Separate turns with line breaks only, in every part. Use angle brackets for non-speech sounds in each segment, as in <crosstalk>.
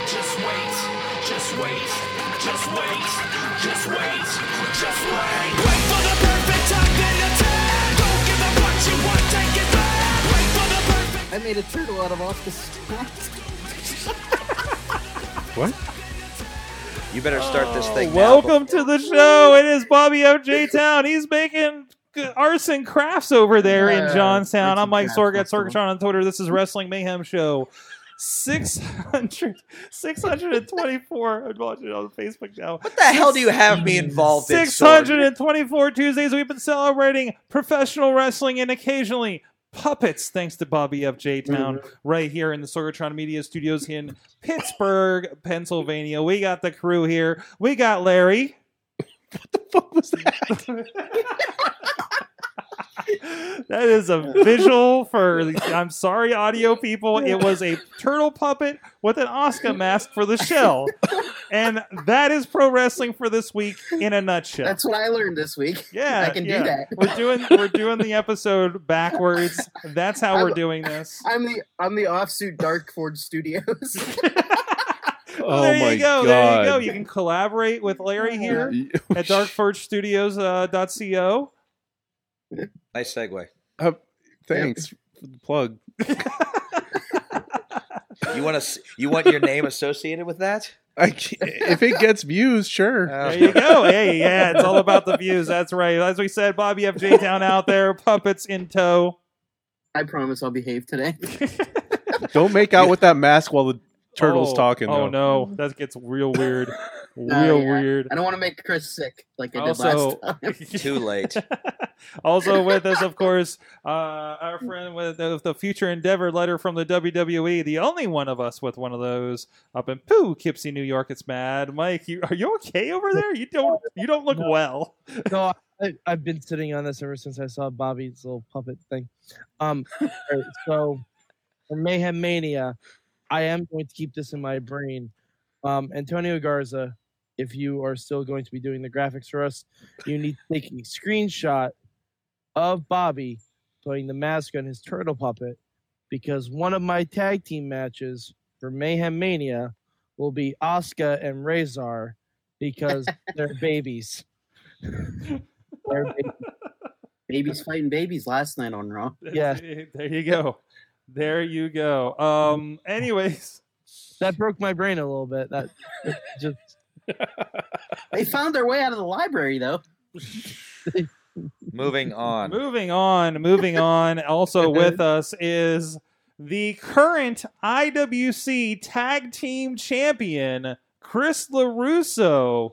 Just wait, just wait, just wait, just wait, just wait. Wait for the perfect time then attack. Don't give up what you want, take it back. Wait for the perfect.
I made a turtle out of off the street.
You better start this thing now.
Welcome to the show. It is Bobby OJ Town. He's making g- arts and crafts over there in
Yeah,
Johnstown.
arts
I'm
and
Mike
crafts,
Sorg at
that's the one.
Sorgatron on Twitter. This is Wrestling Mayhem Show. 600, 624. I'm watching it on Facebook now.
What the hell do you have me involved in? Sorg?
624 Tuesdays. We've been celebrating professional wrestling and occasionally puppets, thanks to Bobby F. J. Town,
Mm-hmm.
right here in the Sorgatron Media Studios in Pittsburgh, Pennsylvania. We got the crew here. We got Larry. What the fuck was that? that is a visual for I'm sorry, audio people. It was a turtle puppet with an Oscar mask for the shell. And that is pro wrestling for this week in a nutshell.
That's what I learned this week. <laughs>
yeah,
I can
yeah.
do that.
We're doing we're doing the episode backwards. That's how we're doing this.
I'm the I'm the offsuit Darkford Studios. <laughs>
Well, there
Oh my
you go. There you go.
God.
You can collaborate with Larry here
<laughs>
at uh, darkforgestudios.co.
Nice segue.
Thanks for the plug.
You want to? You want your name associated with
<laughs>
that?
I can't- if it gets views, sure.
Oh.
There you go. Hey, yeah, it's all about the views. That's right. As we said, Bobby FJ down out there, puppets in tow.
I promise I'll behave today.
Don't make out with that mask while the turtle's
Oh,
talking.
Oh
though.
no, that gets real
<laughs>
weird. Real
Uh, yeah.
<laughs>
weird.
I don't want to make Chris sick like I did
Also,
last time.
Too late.
<laughs> also with us, of course, uh, our friend with the, the future endeavor letter from the WWE. The only one of us with one of those up in Poughkeepsie, New York. It's mad, Mike. You are you okay over there? You don't you don't look well.
no, I, I've been sitting on this ever since I saw Bobby's little puppet thing. Um, all right, so for Mayhem Mania, I am going to keep this in my brain. Um, Antonio Garza, if you are still going to be doing the graphics for us, you need to take a screenshot of Bobby putting the mask on his turtle puppet because one of my tag team matches for Mayhem Mania will be Oscar and Razor because they're babies. They're babies.
Babies fighting babies last night on Raw.
Yes.
<laughs> There you go. There you go.
Mm.
Um. Anyways.
that broke my brain a little bit. That it just
They found their way out of the library though.
Moving on.
Moving on, moving
<laughs>
on. Also with us is the current IWC Tag Team Champion, Chris LaRusso,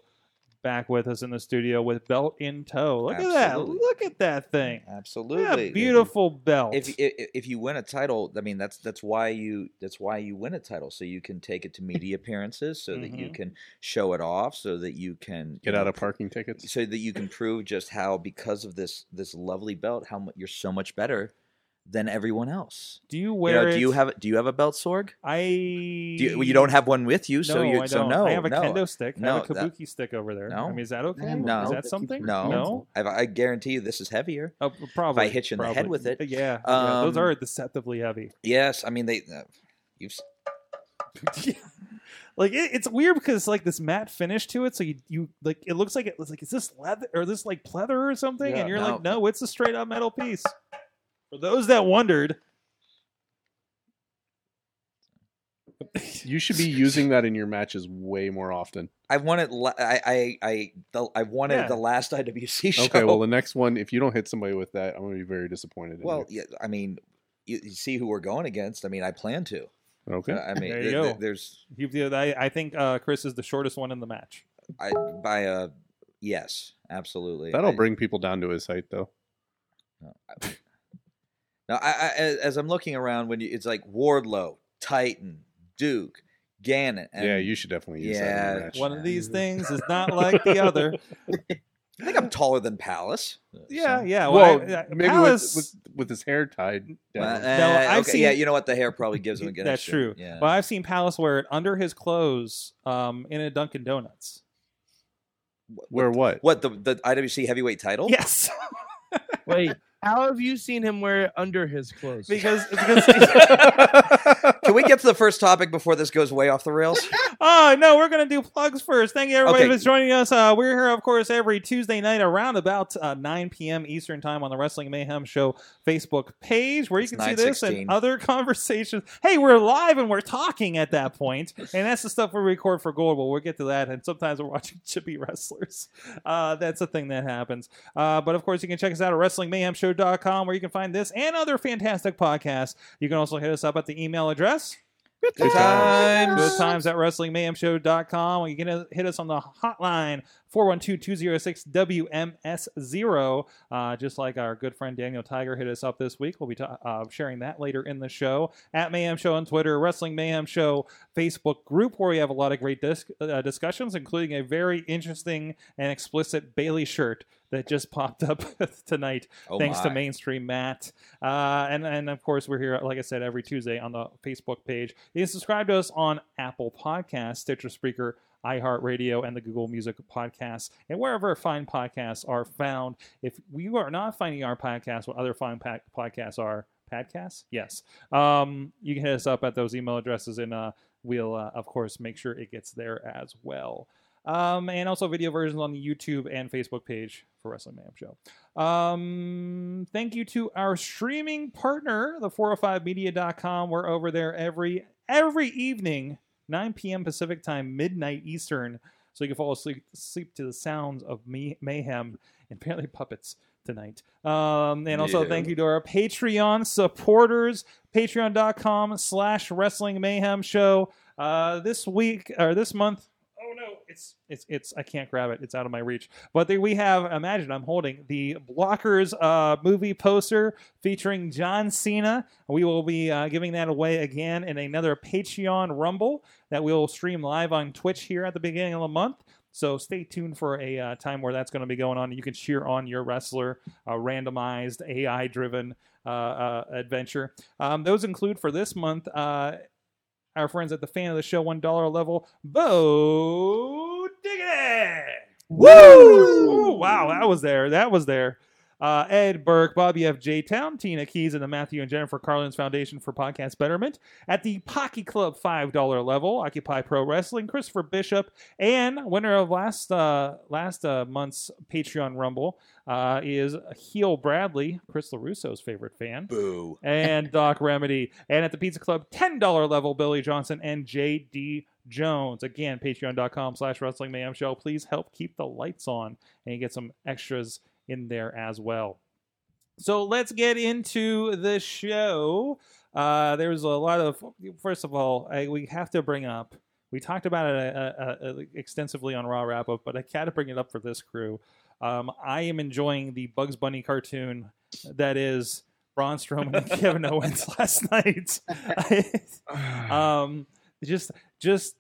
back with us in the studio with belt in tow. Look at that.
Absolutely.
Look at that thing.
Absolutely.
What a beautiful belt.
If, if if you win a title, I mean that's that's why you that's why you win a title so you can take it to media appearances so that you
Mhm.
can show it off so that you can
Mm-hmm. Get
you
out
know,
of parking tickets.
so that you can prove just how because of this this lovely belt how mu- you're so much better than everyone else.
do you
You
wear
know,
it?
do you have do you have a belt, Sorg?
I
Do you, well, you don't have one with you, so
no,
you
I
so
don't.
no.
I have a
no.
kendo stick. I have a
No, that-
kabuki stick over there. I
No.
mean, is that okay?
No.
Is that something?
No.
No.
I, I guarantee you this is heavier.
Oh, probably.
hit you in the head
probably.
with it,
Yeah, yeah, those
um,
are deceptively heavy.
Yes, I mean they. Uh, you've s-
<laughs> like it, it's weird because it's like this matte finish to it, so you, you like it looks like it was like is this leather or this like pleather or something?
Yeah,
and you're
no.
like, no, it's a straight up metal piece. For those that wondered,
You should be using that in your matches way more often.
I wanted. La- I I I the, I wanted
Yeah.
the last <laughs> IWC show.
Okay, well, the next one, if you don't hit somebody with that, I'm going to be very disappointed. in
well, yeah, I mean, you, you see who we're going against. I mean, I plan to.
you.
Uh,
okay.
I mean,
There you
th- th-
go.
there's
you, I, I think uh, Chris is the shortest one in the match.
I by a yes, absolutely.
That'll
I-
bring people down to his height, though.
Now, I, I, as as I'm looking around, when you, it's like Wardlow, Titan, Duke, Gannon. And
yeah, you should definitely use that. in a
Yeah,
match.
One of these things is not like the other.
I think I'm taller than Palace.
Yeah,
So-
yeah.
Well,
I- I-
maybe
Palace-
with, with with his hair tied
Well,
down.
eh,
No, I've
okay, yeah,
seen-
you know what? The hair probably gives him a good.
That's
extra-
true.
Yeah.
Well, I've seen Palace wear it under his clothes um, in a Dunkin' Donuts.
What- <laughs>
Where what? <laughs>
What the the IWC heavyweight title?
Yes, <laughs>
Wait, how have you seen him wear it under his clothes?
because because
<laughs>
<laughs>
Can we get to the first topic before this goes way off
<laughs>
the rails?
oh no, we're gonna do plugs first. Thank you everybody
Okay.
for joining us. Uh, we're here, of course, every Tuesday night around about uh, 9 p.m. Eastern time on the Wrestling Mayhem Show Facebook page, where you
It's
can see this
9:16.
and other <laughs> conversations. Hey, we're live and we're talking at that point, and that's the stuff we record for Gold. Well, we'll get to that, and sometimes we're watching <laughs> chippy wrestlers. Uh, that's a thing that happens. Uh, but of course, you can check us out at WrestlingMayhemShow.com, where you can find this and other fantastic podcasts. You can also hit us up at the email address.
Good times.
Good times at WrestlingMayhemShow.com. You can hit us on the hotline 412-206-WMS0. Uh, just like our good friend Daniel Tiger hit us up this week. We'll be ta- uh, sharing that later in the show. At Mayhem Show on Twitter, Wrestling Mayhem Show Facebook group where we have a lot of great dis- uh, discussions, including a very interesting and explicit Bailey shirt that just popped up <laughs> tonight
Oh
thanks to
my.
mainstream Matt. Uh, and and of course we're here, like I said, every Tuesday on the Facebook page. You can subscribe to us on Apple Podcasts, Stitcher, Spreaker, iHeartRadio, and the Google Music Podcasts, and wherever fine podcasts are found. If you are not finding our podcast, what other fine pa- podcasts are. Podcasts? Yes. Um, you can hit us up at those email addresses, and uh, we'll, uh, of course, make sure it gets there as well. Um, and also video versions on the YouTube and Facebook page for Wrestling Mayhem Show. Um, thank you to our streaming partner, the 405media.com. We're over there every every evening, 9 p.m. Pacific time, midnight Eastern. So you can fall asleep sleep to the sounds of me, mayhem and apparently puppets tonight. Um, and also
Yeah.
thank you to our Patreon supporters, patreon.com slash wrestling mayhem show. Uh, this week or this month. Oh no, it's it's it's I can't grab it. It's out of my reach. But there we have, imagine I'm holding the Blockers uh, movie poster featuring John Cena. We will be uh, giving that away again in another Patreon Rumble that we'll stream live on Twitch here at the beginning of the month. So stay tuned for a uh, time where that's going to be going on. You can cheer on your wrestler, uh, randomized, AI driven uh, uh, adventure. Um, those include for this month. Uh, our friends at the fan of the show one dollar level, Bo Diggity. Woo! wow, that was there. That was there. Uh, Ed Burke, Bobby F. J. Town, Tina Keys, and the Matthew and Jennifer Carlin's Foundation for Podcast Betterment. At the Pocky Club $5 level, Occupy Pro Wrestling, Christopher Bishop, and winner of last uh, last uh, month's Patreon Rumble uh, is Heel Bradley, Chris LaRusso's favorite fan
Boo.
and Doc Remedy. And at the Pizza Club, $10 level, Billy Johnson and JD Jones. Again, patreon.com slash wrestling mayhem show. Please help keep the lights on and you get some extras in there as well. So let's get into the show. Uh, there was a lot of, first of all, I, we have to bring up, we talked about it uh, uh, uh, extensively on Raw Wrap Up, but I got to bring it up for this crew. Um, I am enjoying the Bugs Bunny cartoon that is Braun Strowman and <laughs> Kevin Owens last night. um, just just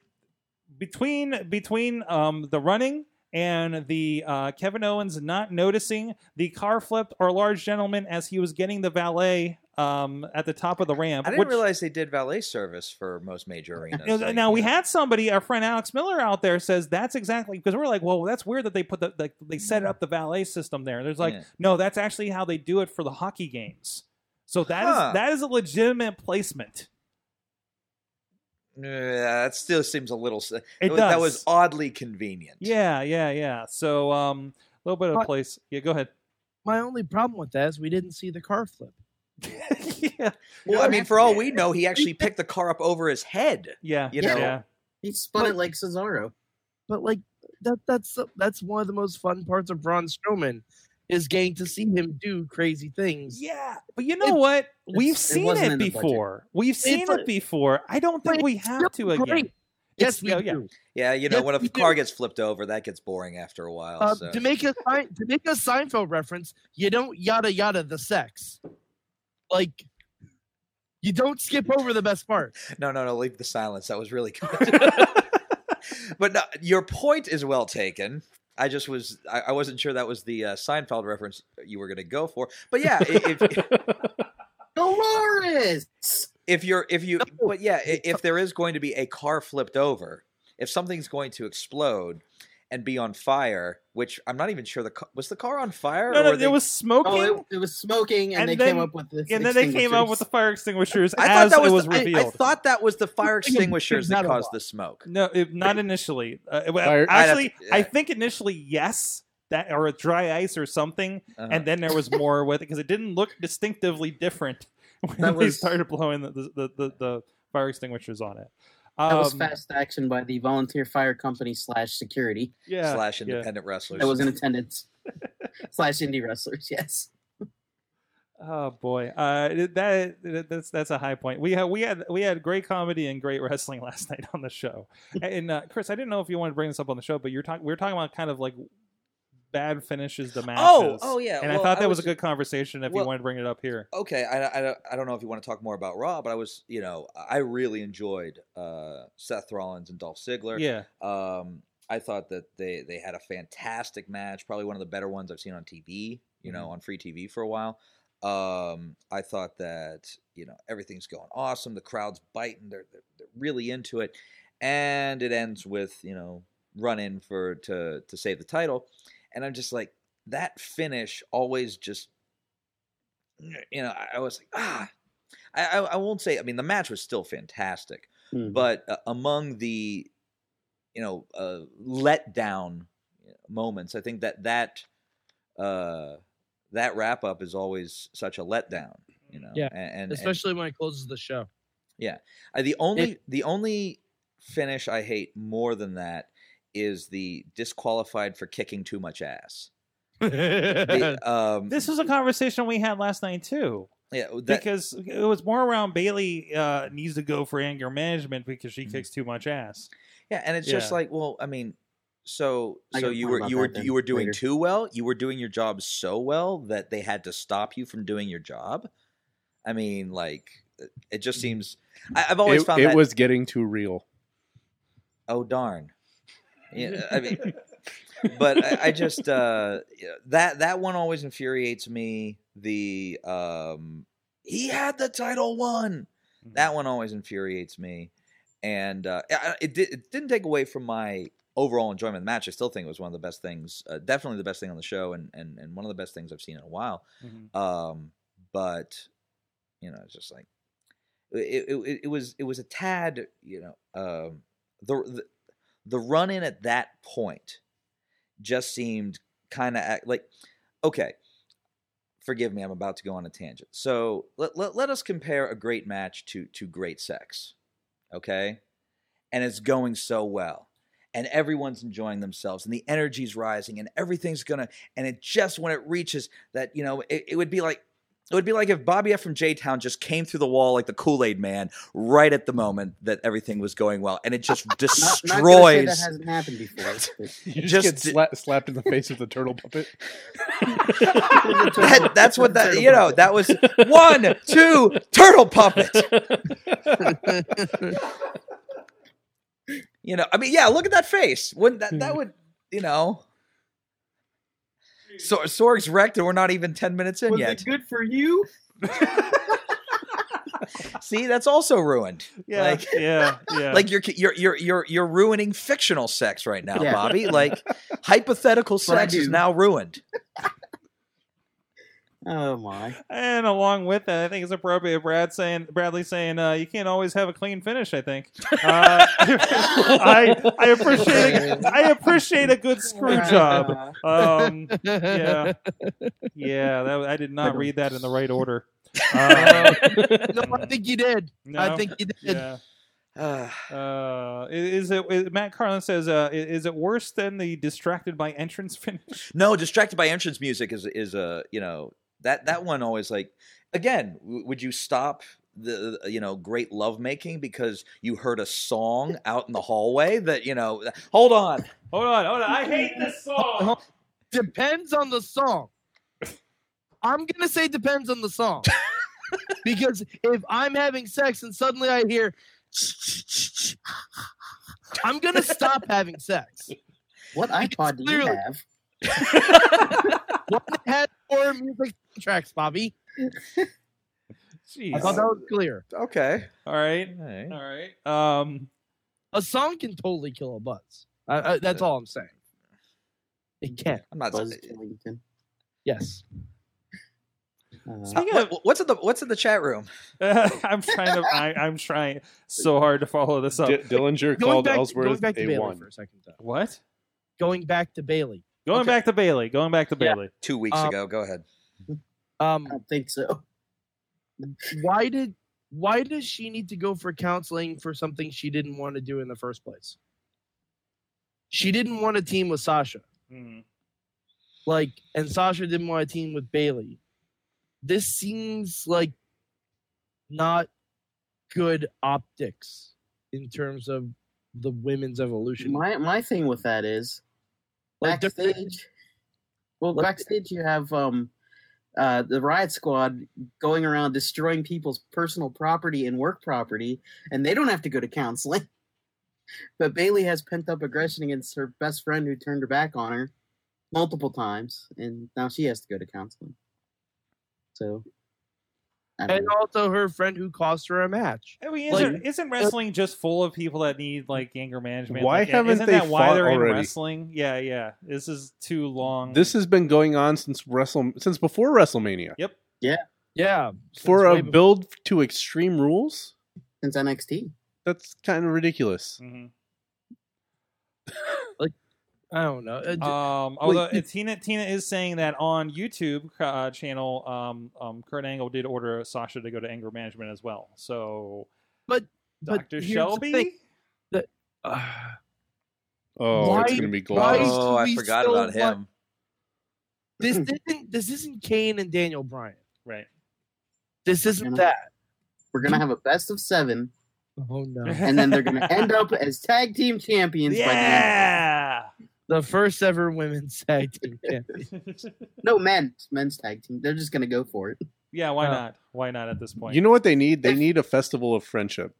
between between um, the running and the uh, Kevin Owens not noticing the car flipped our large gentleman as he was getting the valet um, at the top of the ramp.
I didn't
which-
realize they did valet service for most major arenas.
now,
like,
now we
yeah.
had somebody, our friend Alex Miller out there says that's exactly because we're like, well, that's weird that they put the like they set up the valet system there. There's like,
Yeah.
no, that's actually how they do it for the hockey games. So that is
Huh.
that is a legitimate placement.
Yeah, that still seems a little. It
It does.
That was oddly convenient.
yeah, yeah, yeah. So um, a little bit of
But-
place. Yeah, go ahead.
My only problem with that is we didn't see the car flip.
yeah,
Well, I mean, for all we know, he
<laughs>
actually picked the car up over his head.
yeah,
You know,
yeah.
He spun it like Cesaro.
But like that that's that's one of the most fun parts of Braun Strowman is getting to see him do crazy things.
Yeah, but you know what? We've
it
seen
wasn't
it
in the budget.
before. We've seen
but-
it before. I don't think
but
we
it's
have to
still
again.
great.
It's-
Yes, we
oh, yeah.
do.
Yeah, you know,
Yes,
when a
we do.
car gets flipped over, that gets boring after a while.
Uh,
so.
to make a Sein- to make a Seinfeld reference, you don't yada yada the sex. Like You don't skip over the best part.
No, no, no. Leave the silence. That
<laughs>
was really good. <laughs> but no, your point is well taken. I just was I, I wasn't sure that was the uh, Seinfeld reference you were going to go for. But yeah, i-
<laughs>
if
Dolores.
if you're if you but yeah, i- if there is going to be a car flipped over, if something's going to explode and be on fire, which I'm not even sure the ca- was the car on fire
No,
or
no,
were
it
they-
was smoking,
Oh, it, it was smoking, and,
And
they
then-
came up with this.
and then they came out with the fire extinguishers
I
as
thought that
it was
the, I-
revealed.
I, thought that was the fire
Something in
extinguishers that
Metallica.
caused the smoke.
No, it, not initially. Uh, it- well,
Fire- I'd
have
actually,
to- yeah.
I think initially yes, that or a dry ice or something,
Uh-huh.
and then there was more with it because it didn't look distinctively different <laughs> when
That
they
was-
started blowing the the, the, the the fire extinguishers on it. Um,
That was fast action by the volunteer fire company slash security
Yeah,
slash
yeah.
independent wrestlers.
that was in attendance slash indie wrestlers. Yes,
Oh boy, uh, it- that it- that's that's a high point. We had we had we had great comedy and great wrestling <laughs> last night on the show. and uh, Chris, I didn't know if you wanted to bring this up on the show, but you're talking we were talking about kind of like bad finishes to matches.
Oh, oh yeah.
And I
well,
thought that was,
was
a good conversation. If you
well-
wanted to bring it up here,
okay I, I, don't- I don't know if you want to talk more about raw but i was you know i really enjoyed uh, seth rollins and dolph ziggler
yeah,
um, i thought that they they had a fantastic match probably one of the better ones i've seen on tv you know on free tv for a while um, i thought that you know everything's going awesome the crowd's biting they're, they're, they're really into it and it ends with you know run in for to to save the title and i'm just like that finish always just you know i, I was like ah I, I i won't say i mean the match was still fantastic
Hmm.
Mm-hmm.
but uh, among the you know uh letdown moments i think that that uh that wrap up is always such a letdown you know
Yeah,
a- and, and
Especially when it closes
<laughs>
the show.
I, the only the only finish I hate more than that is the disqualified for kicking too much ass.
<laughs>
The, um,
this was a conversation we had last night too.
yeah, that,
because it was more around Bailey uh, needs to go for anger management because she
Mhm.
kicks too much ass.
yeah, and it's just
yeah.
like, well, I mean, so
I
so
got a
you
point
were
about
you were
that then,
you were doing
later.
too well. You were doing your job so well that they had to stop you from doing your job. I mean, like it just seems. I, I've always
it
found
it
that,
was getting too real.
oh darn yeah i mean <laughs> but I,
<laughs>
I just uh yeah, that that one always infuriates me the um he had the title one
Mm-hmm.
that one always infuriates me and uh I- I- it, did, it didn't take away from my overall enjoyment of the match i still think it was one of the best things uh, definitely the best thing on the show and, and and one of the best things i've seen in a while
Mhm.
um but you know it's just like it, it- it, it was it was a tad you know um the the, the run in at that point just seemed kind of like okay forgive me i'm about to go on a tangent so let, let, let us compare a great match to to great sex okay and it's going so well and everyone's enjoying themselves and the energy's rising and everything's gonna and it just when it reaches that you know it, it would be like it would be like if Bobby F from J Town just came through the wall like the Kool Aid Man right at the moment that everything was going well, and it
<laughs>
just
Not- not gonna say
destroys.
that hasn't happened before. <laughs> but-
You just,
Just di-
get sla- slapped in the face with the turtle puppet.
That- that's what that you know. That was one, two, turtle puppet. <laughs> you know, I mean, yeah. Look at that face. Wouldn't that that would you know? So Sorg's wrecked, and we're not even ten minutes in
Was
yet.
it good for you?
See, that's also ruined.
Yeah,
Like- <laughs>
yeah, yeah.
Like you're you're you're you're you're ruining fictional sex right now,
Yeah. <laughs>
Bobby. Like hypothetical
what I
sex is
do.
now ruined.
Oh my!
And along with that, I think it's appropriate Brad saying Bradley saying uh, you can't always have a clean finish. I
<laughs>
think uh, <laughs> I I appreciate a, I appreciate a good screw job.
Uh,
Um, yeah,
<laughs>
yeah. That, I did not read that in the right
<laughs>
order. Uh,
Uh, no, I think you did.
no,
I think you did.
Yeah.
Uh,
Uh, is it is, Matt Carlin says? Uh, i- is it worse than the distracted by entrance finish? <laughs>
no, distracted by entrance music is is a you know that that one always like again. w- Would you stop the you know great lovemaking because you heard a song out in the hallway that you know? Hold on,
Hold on, hold on. I hate this
<laughs>
song.
Depends on the song. I'm gonna say depends on the song. because if I'm having sex and suddenly I hear, I'm gonna stop having sex.
What iPod do you
clearly-
have?
What had four music tracks, Bobby? I thought that was clear.
Okay.
All right.
All right.
All right. Um, <laughs>
A song can totally kill a buzz. I, I, that's all I'm saying. It can.
I'm not. eh,
Buzz Killington.
Yes.
Uh,
Uh, what- what's in the What's in the chat room?
I'm trying to. I, I'm trying so hard to follow this up.
D- Dillinger called Ellsworth a
Bailey
one.
for a second. Though.
what?
Going back to Bailey.
Going
Okay.
back to Bailey. Going back to
Yeah.
Bailey.
Two weeks
Um,
ago. Go ahead.
Um,
I don't think so.
why did why does she need to go for counseling for something she didn't want to do in the first place? She didn't want to team with Sasha.
Mm.
Like and Sasha didn't want to team with Bailey. This seems like not good optics in terms of the women's evolution.
My my thing with that is
Like, they're-
backstage. Well,
Like-
backstage you have um, uh, the riot squad going around destroying people's personal property and work property, and they don't have to go to counseling. <laughs> But Bailey has pent up aggression against her best friend who turned her back on her multiple times, and now she has to go to counseling. So, I don't
and
know.
also her friend who cost her a match.
I mean,
Like-
isn't, isn't wrestling just full of people that need like anger management?
Why
Like,
haven't
isn't
they
that why
fought
they're in
already?
wrestling? Yeah, yeah. This is too long.
This has been going on since Wrestle since before WrestleMania.
Yep.
Yeah.
For
since way
a
before-
build to Extreme Rules,
since NXT,
that's kind of ridiculous.
Mhm.
I don't know. Uh, d-
Um, although uh, Tina Tina is saying that on YouTube uh, channel, um, um, Kurt Angle did order Sasha to go to anger management as well. So,
But- but
Doctor
here's the thing.
Shelby,
uh,
Oh,
Why-
it's gonna be
why-
glorious.
oh, I
we
forgot
still
about
want-
him.
<laughs>
this isn't this isn't Kane and Daniel Bryan.
right?
This isn't
Mhm.
that.
we're gonna have a best of seven,
Oh no.
<laughs> and then they're gonna
<laughs>
end up as tag team champions. by the end of it.
yeah.
<laughs> The first ever women's <laughs> tag team champion.
No, men, men's tag team. They're just gonna go for it.
<laughs> yeah. Why
Uh,
not? Why not at this point?
You know what they need? They need a festival of friendship.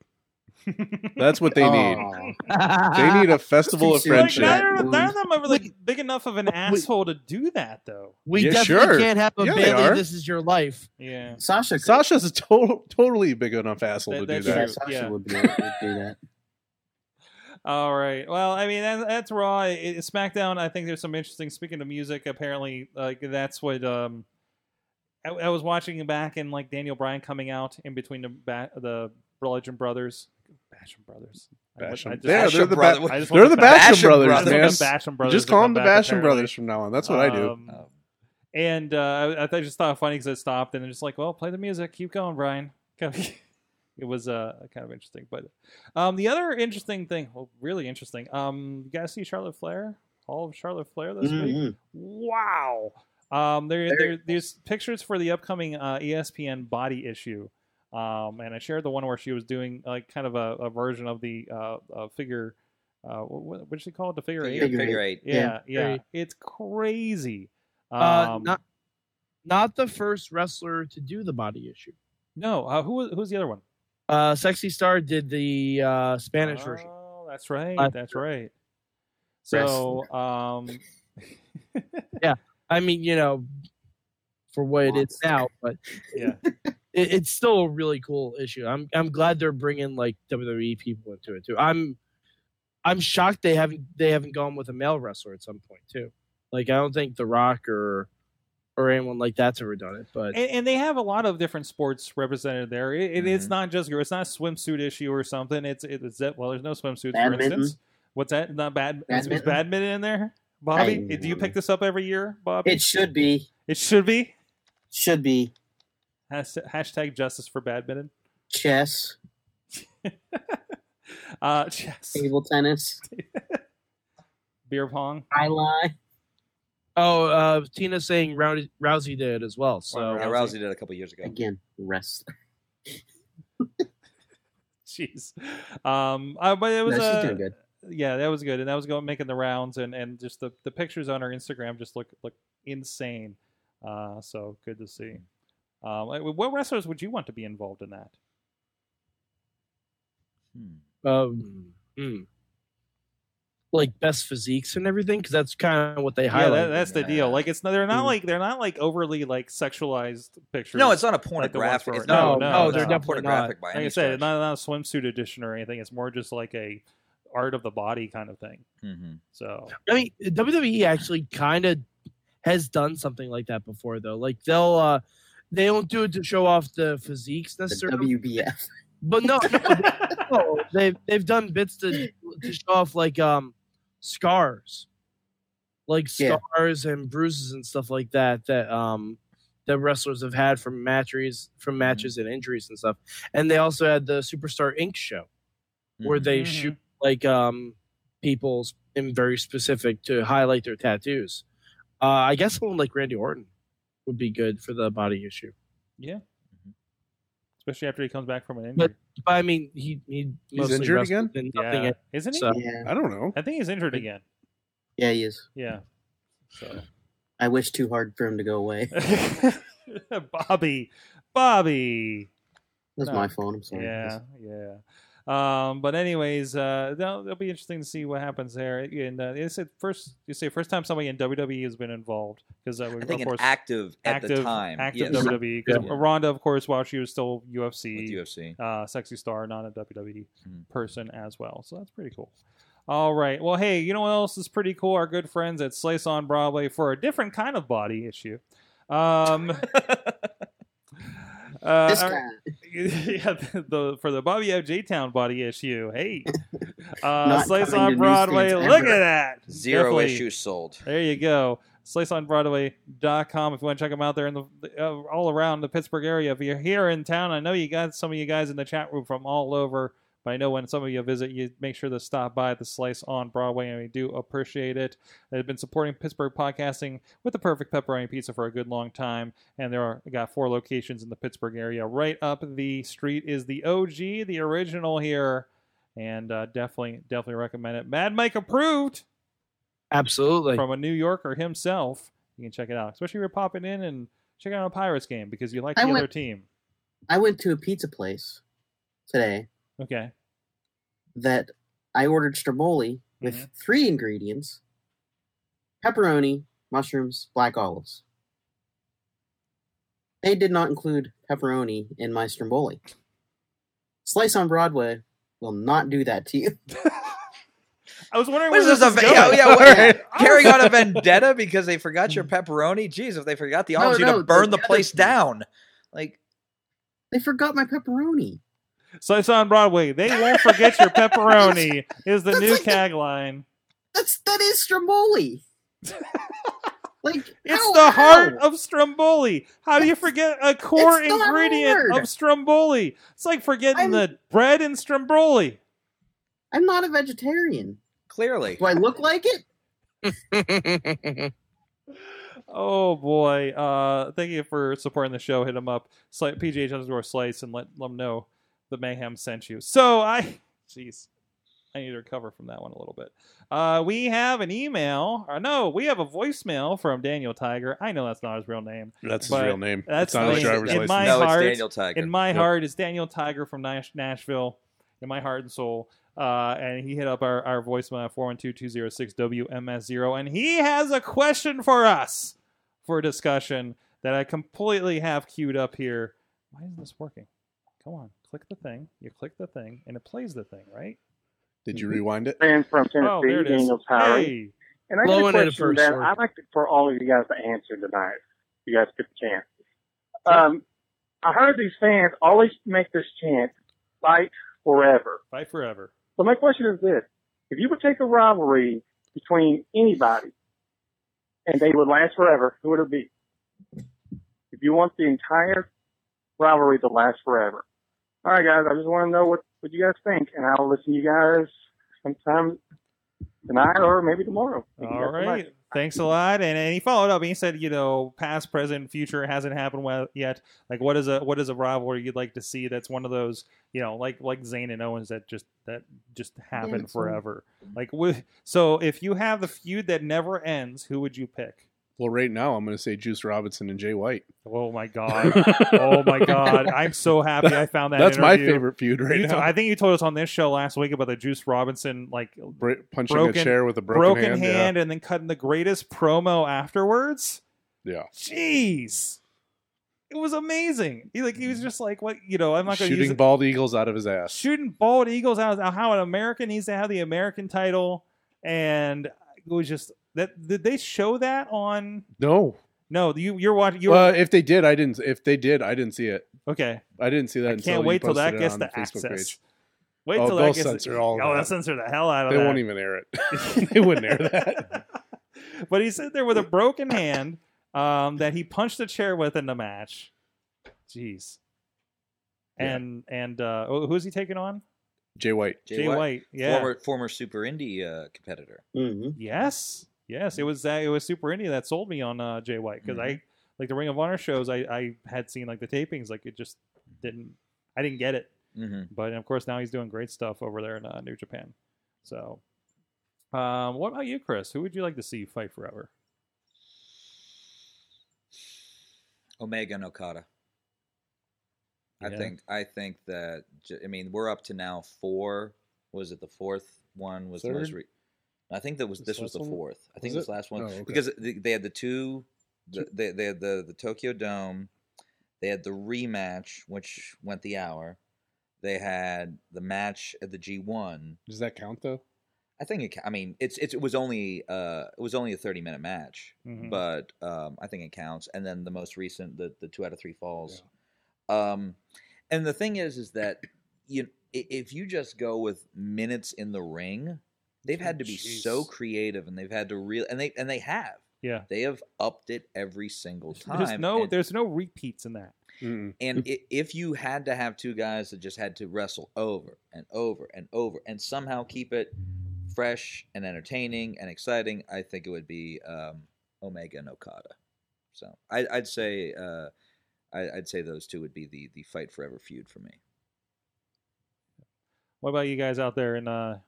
That's what they need.
<laughs>
Ah,
They need a festival
too
of
soon.
Like,
friendship.
neither,
Friendship.
neither of them are like
Wait.
big enough of an
Wait.
asshole to do that, though.
<laughs> we
Yeah,
definitely
sure.
can't have a
Yeah, they are.
Bailey. This is your life.
Yeah.
Sasha. could-
Sasha's a to- totally big enough asshole
That-
to do
that's
that.
Yeah,
true.
Sasha
Yeah.
would, be, would
<laughs>
do that.
All right. Well, I mean, that, that's Raw. It- it- SmackDown. I think there's some interesting. Speaking of music, apparently, like that's what um, I, I was watching it back and like Daniel Bryan coming out in between the ba- the Bludgeon Brothers, Basham Brothers. I- I
Basham.
just-
They're- they're the
brother.
I just
They're
want
the
the Basham
Basham, brothers,
I just want
man.
the Basham Brothers
Just
to
call them
come
the
back,
Basham
apparently.
brothers from now on. That's what I do.
Um,
Oh.
And uh, I, I just thought it funny because it stopped, and they're just like, "Well, play the music, keep going, Brian." <laughs> Kind of- it was uh, kind of interesting, but um, the other interesting thing, well, really interesting. Um, you guys see Charlotte Flair? All of Charlotte Flair this
Mm-hmm.
week.
Mhm.
Wow. Um, there,
Very
there, there's pictures for the upcoming uh, ESPN body issue, um, and I shared the one where she was doing like kind of a, a version of the uh, uh, figure. Uh, what, what did she call it? The figure eight.
Figure, figure eight.
Yeah, yeah,
Right.
it's crazy. Um,
uh, not not the first wrestler to do the body issue.
no, uh, who who's the other one?
Uh, Sexy Star did the uh, Spanish version.
Oh, that's right.
Uh,
that's right. So, um,
I mean, you know, for what it is now, but
<laughs> yeah,
<laughs> it, it's still a really cool issue. I'm I'm glad they're bringing like WWE people into it too. I'm I'm shocked they haven't they haven't gone with a male wrestler at some point too. Like I don't think The Rock or or anyone like that's ever done it. But
and, and they have a lot of different sports represented there. It, it- It's
Mhm.
not just it's not a swimsuit issue or something. It's it- it's that well, there's no swimsuits
Badminton.
for instance. What's that? Not bad. Is, is
Badminton.
badminton in there, Bobby?
Hey.
Do you pick this up every year, Bobby?
It should be.
It should be
Should be
Has- hashtag justice for badminton.
chess,
Uh, <laughs> chess,
table tennis,
beer pong. <laughs>
high line.
oh, uh, Tina's saying Rousey, Rousey did it as well. So
Yeah, Rousey did a couple years ago.
Again, wrestler.
Jeez. Um, uh, but it was
no, she's
uh,
doing good.
yeah, that was good, and that was going making the rounds, and and just the the pictures on her Instagram just look look insane. Uh, so good to see. Um, like, what wrestlers would you want to be involved in that?
Hmm.
Um,
Hmm.
mm. Like best physiques and everything, because that's kind of what they
Yeah, that,
highlight.
that's the
that.
deal. Like it's not, they're not
Mm.
like they're not like overly like sexualized pictures.
Mm-hmm. No, it's not a
the ones
pornographic.
where-
it's
No,
not,
no,
no,
no,
they're
no.
not pornographic by
like
any
I said,
stretch.
not, not a swimsuit edition or anything. It's more just like a art of the body kind of thing.
Mhm.
So
I mean, WWE actually kind of has done something like that before, though. Like they'll uh, they don't do it to show off the physiques
The
necessarily,
WBF.
but no,
<laughs>
no, no, they've they've done bits to to show off like um scars, like
Yeah.
scars and bruises and stuff like that that um that wrestlers have had from matches
Mm-hmm.
from matches and injuries and stuff. And they also had the Superstar Inc. show where
Mhm.
they
Mhm.
shoot like um people's in very specific to highlight their tattoos. Uh, I guess someone like Randy Orton would be good for the body issue.
yeah,
Mhm.
especially after he comes back from an injury.
But I mean, he he mostly
injured
wrestled and nothing
Yeah, isn't he?
so-
Yeah,
I
<laughs>
don't know.
I think he's injured again.
yeah, he is.
Yeah. <laughs> So
I wish too hard for him to go away.
Bobby, Bobby.
That's
No.
my phone. I'm sorry.
Yeah, yeah. Um, but anyways, uh, that'll, that'll be interesting to see what happens there. And uh, they said first, you say first time somebody in WWE has been involved because uh,
I
of
think an
course
active, at the time.
active
yes,
WWE. 'Cause
Yeah.
Ronda, of course, while she was still
with
UFC,
UFC.
uh, sexy star, not a WWE
Mhm.
person as well. So that's pretty cool. All right. Well, hey, you know what else is pretty cool? Our good friends at Slice on Broadway for a different kind of body issue. Um, <laughs> uh,
This
all
guy.
right <laughs> yeah, the, the for the Bobby F. J. Town body issue.
<laughs>
Hey, uh,
Not
Slice
coming to
on
newsstands
Broadway. Look
ever.
at that.
Zero
Definitely.
issues sold.
There you go. SliceOnBroadway.com if you want to check them out. They're in the uh, all around the Pittsburgh area. If you're here in town, I know you got some of you guys in the chat room from all over. But I know when some of you visit, you make sure to stop by at the Slice on Broadway, and we do appreciate it. They've been supporting Pittsburgh podcasting with the perfect pepperoni pizza for a good long time, and there are got four locations in the Pittsburgh area. Right up the street is the OG, the original here, and uh, definitely, definitely recommend it. Mad Mike approved
absolutely.
from a New Yorker himself. You can check it out, especially if you're popping in and checking out a Pirates game because you like the
I
other
went-
team.
I went to a pizza place today
Okay.
that I ordered stromboli with
Mhm.
three ingredients: pepperoni, mushrooms, black olives. They did not include pepperoni in my stromboli. Slice on Broadway will not do that to you. <laughs>
I was wondering
What
where
is this?
this
A,
is
va- yeah,
going.
yeah,
<laughs>
what-
Alright.
Carrying on a vendetta because they forgot
Hmm.
your pepperoni. Jeez, if they forgot the
No,
arms, you'd
no,
have burned
the
the place
other-
down. Like
They forgot my pepperoni.
So it's on Broadway. They won't forget your
<laughs>
pepperoni is the
That's
new
like the-
tagline.
That's that
<laughs>
is stromboli. like
It's
how-
the heart
how?
of Stromboli. How do you
That's-
forget a core
it's not
ingredient
hard.
of Stromboli? It's like forgetting
I'm-
the bread in Stromboli.
I'm not a vegetarian.
clearly,
Do I look like it?
Oh boy! Uh, thank you for supporting the show. Hit them up, Sli- PGH underscore slice, and let, let them know the mayhem sent you. So I, jeez, I need to recover from that one a little bit. Uh, we have an email, or no, we have a voicemail from Daniel Tiger. I know that's not his real name.
<laughs> That's his
But
real name.
that's
It's on his
the-
driver's
in
license.
my
no,
heart-
it's Daniel Tiger.
In my
Yep.
heart, it's Daniel Tiger from Nash- Nashville, in my heart and soul. Uh, and he hit up our, our voicemail at 412-206-WMS0, and he has a question for us for discussion that I completely have queued up here. Why isn't this working? Come on, click the thing. You click the thing, and it plays the thing, right?
Did you rewind it?
I'm from Tennessee,
Oh, there it is.
Daniel Tower.
Hey,
And I
Blowing it at
got a question
first,
that
sorry.
I'd like to, for all of you guys to answer tonight. If you guys get the chance. Um, I heard these fans always make this chant, fight forever.
bye forever.
So my question is this. If you would take a rivalry between anybody and they would last forever, who would it be? If you want the entire rivalry to last forever. All right, guys, I just want to know what, what you guys think, and I'll listen to you guys sometime tonight or maybe tomorrow. Thank you
All
guys so much.
right. Thanks a lot. And, and he followed up and he said, you know, past, present, future hasn't happened well yet. Like what is a what is a rivalry you'd like to see that's one of those, you know, like like Zayn and Owens that just that just happen
it's-
forever. Like wh- so if you have the feud that never ends, who would you pick?
Well, right now I'm going to say Juice Robinson and
<laughs>
Jay White.
Oh my god. oh
<laughs>
my god. I'm so happy I found that.
That's my
interview.
favorite feud right
You to-
now.
I think you told us on this show last week about the Juice Robinson like
Bra- punching
broken-
a chair with a broken,
broken, hand,
yeah.
and then cutting the greatest promo afterwards.
Yeah.
Jeez. It was amazing. He like he was just like what you know, I'm not gonna use
Mm-hmm. shooting
it-
bald eagles out of his ass.
shooting bald eagles out of how an American needs to have the American title. And it was just that did they show that on
No,
no, you you're watching you were
uh, if they did, I didn't. If they did, I didn't see it.
okay.
I didn't see that.
I
until
can't
you
wait till
posted
that
it
gets
on
the
Facebook
access.
page.
Wait
Oh,
till
they'll
that gets
censor all
oh,
that.
they'll censor the hell out of
They
that.
won't even air it. <laughs> they wouldn't air that.
<laughs> but he's sitting there with a broken hand um, that he punched a chair with in the match. Jeez.
Yeah.
And and uh, who- who's he taking on?
Jay White.
Jay, White. Yeah.
former former Super Indie uh, competitor.
Mm-hmm.
Yes. Yes. It was that. It was Super Indie that sold me on uh, Jay White because I
Mm-hmm.
like the Ring of Honor shows. I I had seen like the tapings. Like it just didn't. I didn't get it.
Mm-hmm.
But of course now he's doing great stuff over there in uh, New Japan. So, um, what about you, Chris? Who would you like to see fight forever?
Omega and Okada. I
Yeah.
think I think that j- I mean we're up to now four. Was it the fourth one? Was the most?
Third?
Re- I think that was
This
this was
last
the
one?
fourth. I think
Was
this last one
Oh, okay.
because they, they had the two. The, they they had the the Tokyo Dome. They had the rematch, which went the hour. They had the match at the G one.
Does that count though?
I think it. ca- I mean, it's, it's it was only uh it was only a thirty minute match,
Mhm.
but um I think it counts. And then the most recent, the the two out of three falls. Um, and the thing is, is that you i- if you just go with minutes in the ring, they've had to be so
Jeez.
creative, and they've had to real and they and they have
Yeah.
they have upped it every single time.
<laughs> There's no.
and-
There's no repeats in that.
Mm-mm.
and i- if you had to have two guys that just had to wrestle over and over and over and somehow keep it fresh and entertaining and exciting, I think it would be um, Omega and Okada. So I, I'd say uh, I, I'd say those two would be the the fight forever feud for me.
What about you guys out there in uh,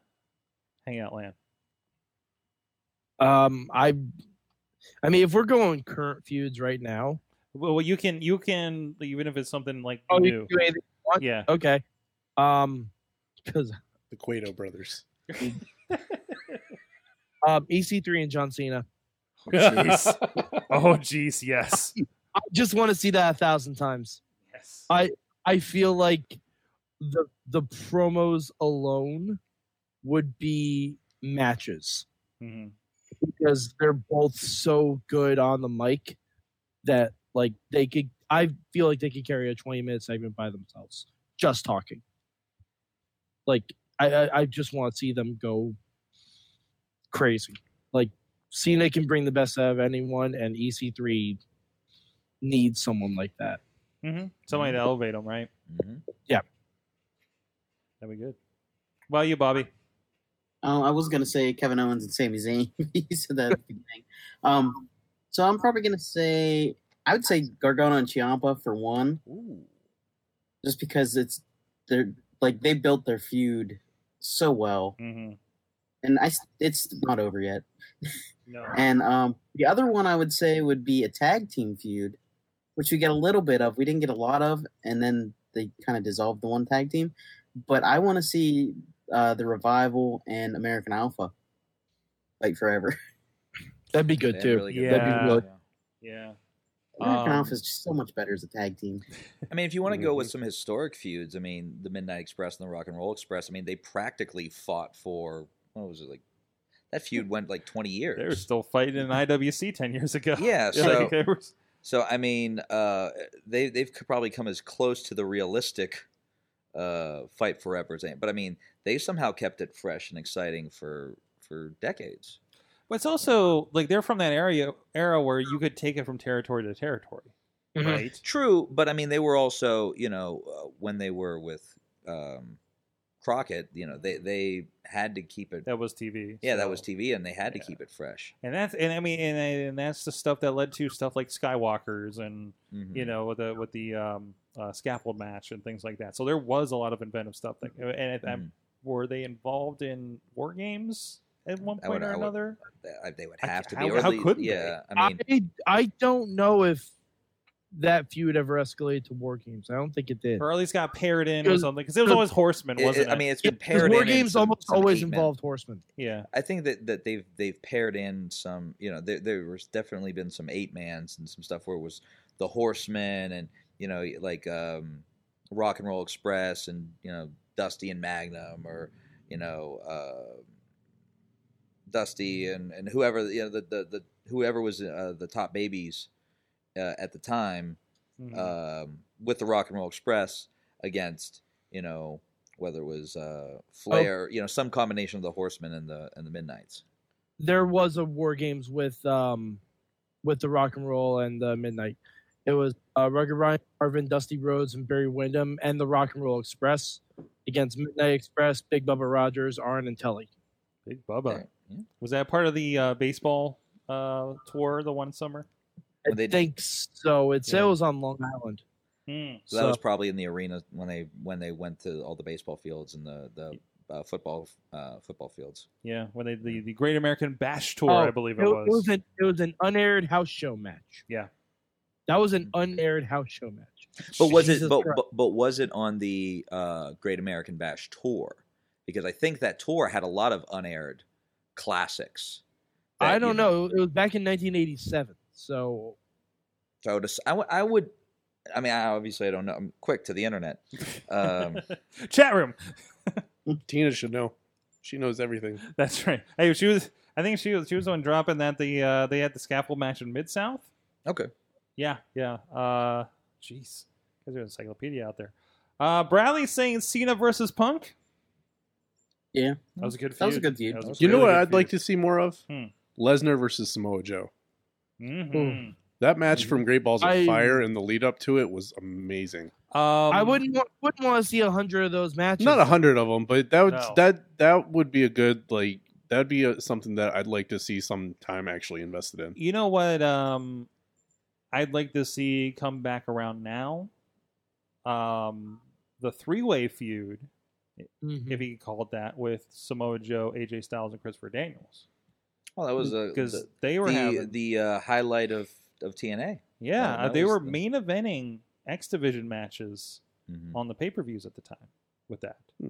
Hangout Land?
<laughs> Um, I, I mean, if we're going current feuds right now,
Well, you can you can even if it's something like
oh, you
new.
can do anything.
yeah,
Okay. Um, because
The Cueto brothers.
um, EC3 and John Cena,
<laughs> oh jeez,
<laughs>
yes,
I just want to see that a thousand times.
yes.
I feel like the the promos alone would be matches
Mhm.
because they're both so good on the mic that like they could. I feel like they could carry a twenty minute segment by themselves just talking. Like I I, I just want to see them go crazy. Like Cena can bring the best out of anyone, and EC3 needs someone like that.
Mhm. Somebody to elevate them, right?
hmm
That'd be good. What about you, Bobby?
Uh, I was gonna say Kevin Owens and Sami Zayn. <laughs> you said that at the beginning. Um, so I'm probably gonna say I would say Gargano and Ciampa for one, just because it's they're like they built their feud so well,
Mm-hmm.
and I s- it's not over yet.
No.
<laughs> And um, the other one I would say would be a tag team feud, which we get a little bit of. We didn't get a lot of, and then they kind of dissolved the one tag team. But I want to see uh, the revival and American Alpha fight forever. <laughs>
That'd be good too.
Yeah.
really-
Yeah.
American
Um,
Alpha is just so much better as a tag team.
I mean, if you want to go with some historic feuds, I mean, the Midnight Express and the Rock and Roll Express. I mean, they practically fought for what was it like? That feud went like twenty years.
They were still fighting in IWC ten years ago. <laughs>
Yeah, so-
they were-
So I mean, uh, they they've c- probably come as close to the realistic uh, fight forever as any. But I mean, they somehow kept it fresh and exciting for for decades.
but it's also like they're from that area era where you could take it from territory to territory,
Mhm.
right?
True, but I mean, they were also you know uh, when they were with um, Crockett, you know they they had to keep it.
That was TV.
yeah, that
so-
was TV, and they had
yeah.
to keep it fresh.
And that's and I mean and, and that's the stuff that led to stuff like Skywalkers and
Mhm.
you know with the with the um, uh, scaffold match and things like that. So there was a lot of inventive stuff. Like, and it, um,
Mhm.
were they involved in war games at one
I
point
would-
or
I would-
another?
Uh, They would
I ca-
have to be.
how-
or
how
the-
couldn't they?
yeah, I
I,
mean,
I don't know if that feud ever escalated to war games. I don't think it did.
Or at least got paired in or
Because-
something because it was always horsemen,
it- it-
wasn't it?
I mean, uh, it's
Yeah,
been
'cause
paired
war
in in
games
some-
almost
some
always
eight men.
involved horsemen.
yeah,
I think that that they've they've paired in some, you know, there there was definitely been some eight mans and some stuff where it was the Horsemen and you know like um, Rock and Roll Express and you know Dusty and Magnum or you know uh, Dusty and and whoever you know the the, the whoever was uh, the top babies uh, at the time
Mhm.
um, with the Rock and Roll Express against you know whether it was uh, Flair, you know, some combination of the Horsemen and the and the Midnight's.
There was a war games with um with the rock and roll and the midnight. It was uh, Rugged Ryan, Arvin, Dusty Rhodes, and Barry Windham, and the Rock and Roll Express against Midnight Express, Big Bubba Rogers, Arn, and Telly.
Big Bubba.
Yeah.
Was that part of the uh, baseball uh, tour the one summer?
I
Well, they-
think so. It
Yeah.
says on Long Island.
Hmm.
So, that was
So-
probably in the arena when they when they went to all the baseball fields and the the uh, football uh, football fields.
Yeah, when they
Mm-hmm.
the, the Great American Bash Tour,
Oh,
I believe it,
It,
was.
it was an it was an unaired house show match.
Yeah.
that was
Mm-hmm.
an unaired house show match.
But was it
Jesus
but,
Christ.
but but was it on the uh, Great American Bash tour? Because I think that tour had a lot of unaired classics. that,
I
you
don't know. It was back in 1987. So
So to, s- I, w- I would. I mean, I obviously I don't know. I'm quick to the internet.
<laughs>
Um,
Chat room.
Tina should know. She knows everything.
<laughs> That's right. Hey, she was. I think she was. She was on dropping that the uh, they had the scaffold match in Mid South.
okay.
Yeah, yeah. Uh, jeez, because there's an encyclopedia out there. Uh, Bradley's saying Cena versus Punk.
Yeah.
that was a good. Feud.
That was a good feud.
That was a
You know
really
what
good
I'd like
feud.
to see more of?
Hmm.
Lesnar versus Samoa Joe.
Mhm.
That match from Great Balls of
I-
Fire and the lead up to it was amazing.
Um,
I wouldn't want, wouldn't want to see a hundred of those matches.
Not a hundred of them, but that would
No.
that that would be a good like that'd be a, something that I'd like to see some time actually invested in.
You know what? Um, I'd like to see come back around now. Um, the three way feud,
Mhm.
Mm-hmm.
if you could call it that, with Samoa Joe, AJ Styles, and Christopher Daniels,
Well, that was a
because
the,
they were
the,
having
the uh, highlight of of TNA.
yeah,
Yeah, that
they
was
were
the-
main eventing X Division matches
Mhm.
on the pay per views at the time with that.
Hmm.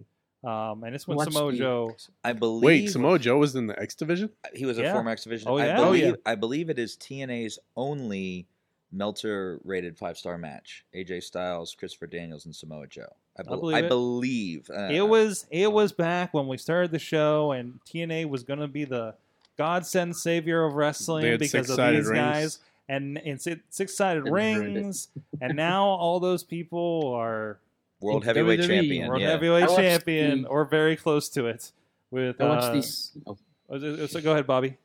Um, and it's when
Watch
Samoa
the-
Joe.
I believe.
Wait, Samoa Joe was in the X division?
He was a
Yeah.
former X Division.
Oh, yeah.
I
Oh,
believe,
yeah.
I believe it is TNA's only Melter rated five star match. AJ Styles, Christopher Daniels, and Samoa Joe. I, bel-
believe
I
it.
believe uh,
It was it was back when we started the show, and TNA was going to be the godsend savior of
They
wrestling
had
because of
six-sided
these
rings.
guys and and six sided
And ruined it.
rings, and now all those people
<laughs>
are
World
in
Heavyweight
WWE,
Champion.
E, world
yeah.
heavyweight
I watched
champion
the-
or very close to it. With
I watched
uh,
these. oh,
oh, so- so go ahead, Bobby.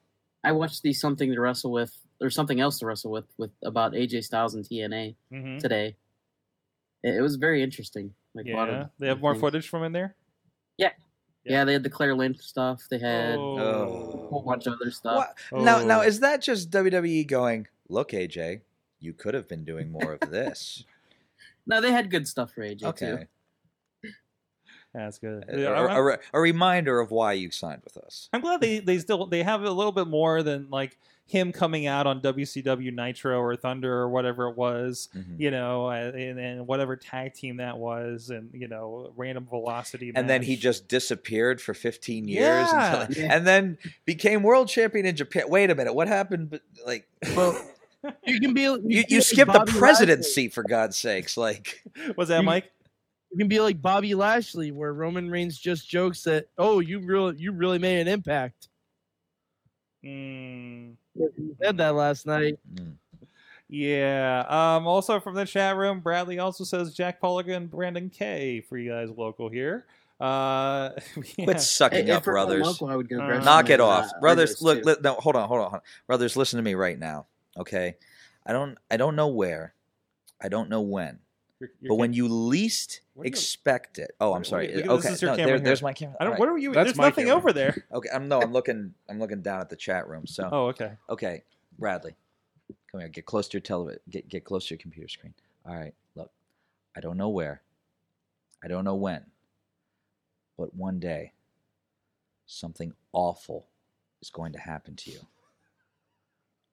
I watched the something to wrestle with or something else to wrestle with with about AJ Styles and TNA
hmm
today. It, it was very interesting. Like a lot
Yeah,
of
they have more
things.
footage from in there.
Yeah. they had the Claire Lynch stuff. They had
oh.
a whole bunch of other stuff.
What? Now, now
Oh.
is that just WWE going? Look, AJ, you could have been doing more
<laughs>
of this.
No, they had good stuff for AJ too.
okay,
that's good.
a, a- a- a reminder of why you signed with us.
I'm glad they, they still they have a little bit more than like him coming out on WCW Nitro or Thunder or whatever it was,
Mhm.
you know, uh, and, and whatever tag team that was, and you know, random velocity.
and then
match.
he just disappeared for 15 years
Yeah.
until,
Yeah.
<laughs> and then became world champion in japan wait a minute what happened But,
<laughs>
like <laughs>
Well, you can be. You,
you,
can be
you
like
skipped a
Bobby
presidency for god's sakes like
was that
You-
Mike?
Lashley. You can be like Bobby Lashley, where Roman Reigns just jokes that, "Oh, you really, you really made an impact."
Mm,
He said that last night.
mm.
yeah. Um, also from the chat room, Bradley also says Jack Polligan, and Brandon K for you guys local here. Uh, <laughs> yeah.
quit sucking
If
up
it were
brothers
local, I would go
Uh,
Wrestling
knock it
and, uh,
off brothers
Argos,
look
too.
li- no hold on hold on hold on. brothers listen to me right now okay i don't i don't know where i don't know when
You're- you're
but when
kidding.
you least
What are you-
expect it oh i'm
what-
sorry
look at- this
okay
is your
no,
camera
there-
here.
there's my camera
I don't.
All
What are you?
That's
there's
my
nothing
camera.
over there.
right. okay i'm no i'm looking i'm looking down at the chat room so
Oh, okay.
Okay, Bradley, come here. Get close to your television. Get get close to your computer screen. All right, look. I don't know where. I don't know when. But one day, something awful is going to happen to you.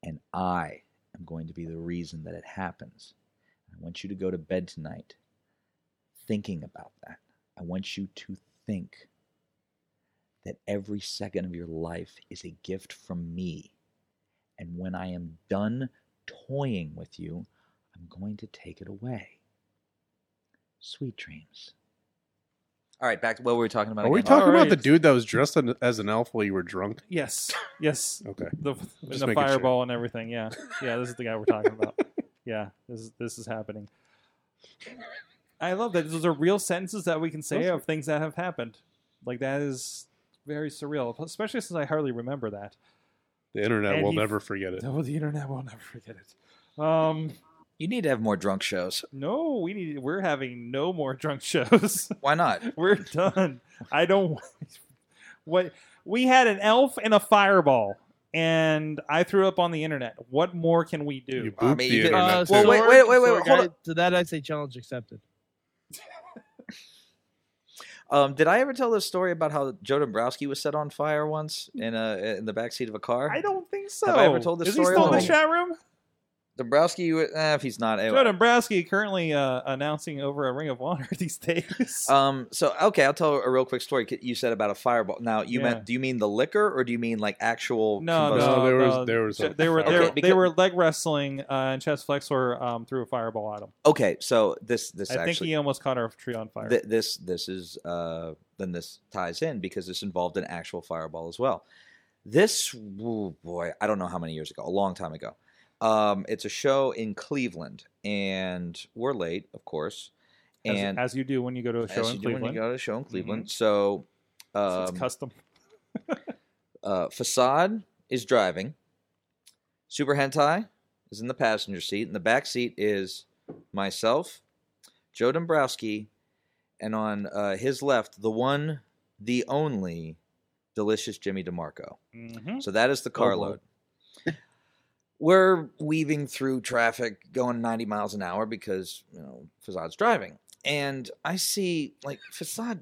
And I am going to be the reason that it happens. I want you to go to bed tonight thinking about that. I want you to think that every second of your life is a gift from me. And when I am done toying with you, I'm going to take it away. Sweet dreams. All right, back to what were we talking about?
Are we
again?
talking about
Alright.
the dude that was dressed an- as an elf while you were drunk?
Yes. Yes.
Okay.
The, and the
making sure.
fireball and everything. Yeah. Yeah. This is the guy we're talking about. yeah. This is, this is happening. I love that. Those are real sentences that we can say
Those
of things that have happened. Like that is very surreal, especially since I hardly remember that.
The internet
And
will
he-
never forget it.
No, the internet will never forget it. Um,
You need to have more drunk shows.
no, we need. We're having no more drunk shows.
Why not?
we're done. I don't. What we had an elf and a fireball, and I threw up on the internet. What more can we do?
You booped
I mean,
the
you could-
internet.
Uh,
too.
Well, wait,
sword-
wait, wait, wait,
sword
hold
guy-
on.
To that, I say
<laughs>
challenge accepted.
Um, did I ever tell this story about how Joe Dombrowski was set on fire once in a in the backseat of a car?
I don't think so.
Have I ever told this
Is he
story
still
on
in the
the-
chat room?
Dombrowski, wa- eh, if he's not,
Joe Dombrowski currently uh, announcing over a Ring of Honor <laughs> these days.
Um. So okay, I'll tell a real quick story. You said about a fireball. Now you
Yeah.
meant? Do you mean the liquor, or do you mean like actual?
no,
combustion?
no,
there was-
no.
there was a
they uh, were they,
Okay,
were, they
because-
were leg wrestling uh, and Chess Flexor um, threw a fireball at him.
Okay, so this this
I
actually
think he almost caught our tree on fire.
Th- this this is uh, then this ties in because this involved an actual fireball as well. This ooh, boy, I don't know how many years ago, a long time ago. Um, it's a show in Cleveland, and we're late, of course,
as,
and
as you do when you go to a show
as
in
you do when
Cleveland, Mm-hmm.
you go to a show in Cleveland. So,
So
um,
it's custom.
uh, facade is driving. Super Hentai is in the passenger seat. In the back seat is myself, Joe Dombrowski, and on uh, his left, the one, the only, delicious Jimmy DeMarco.
Mhm.
So that is
Oh,
the
boy.
carload. <laughs> We're weaving through traffic going 90 miles an hour because, you know, Fasad's driving. And I see like Fasad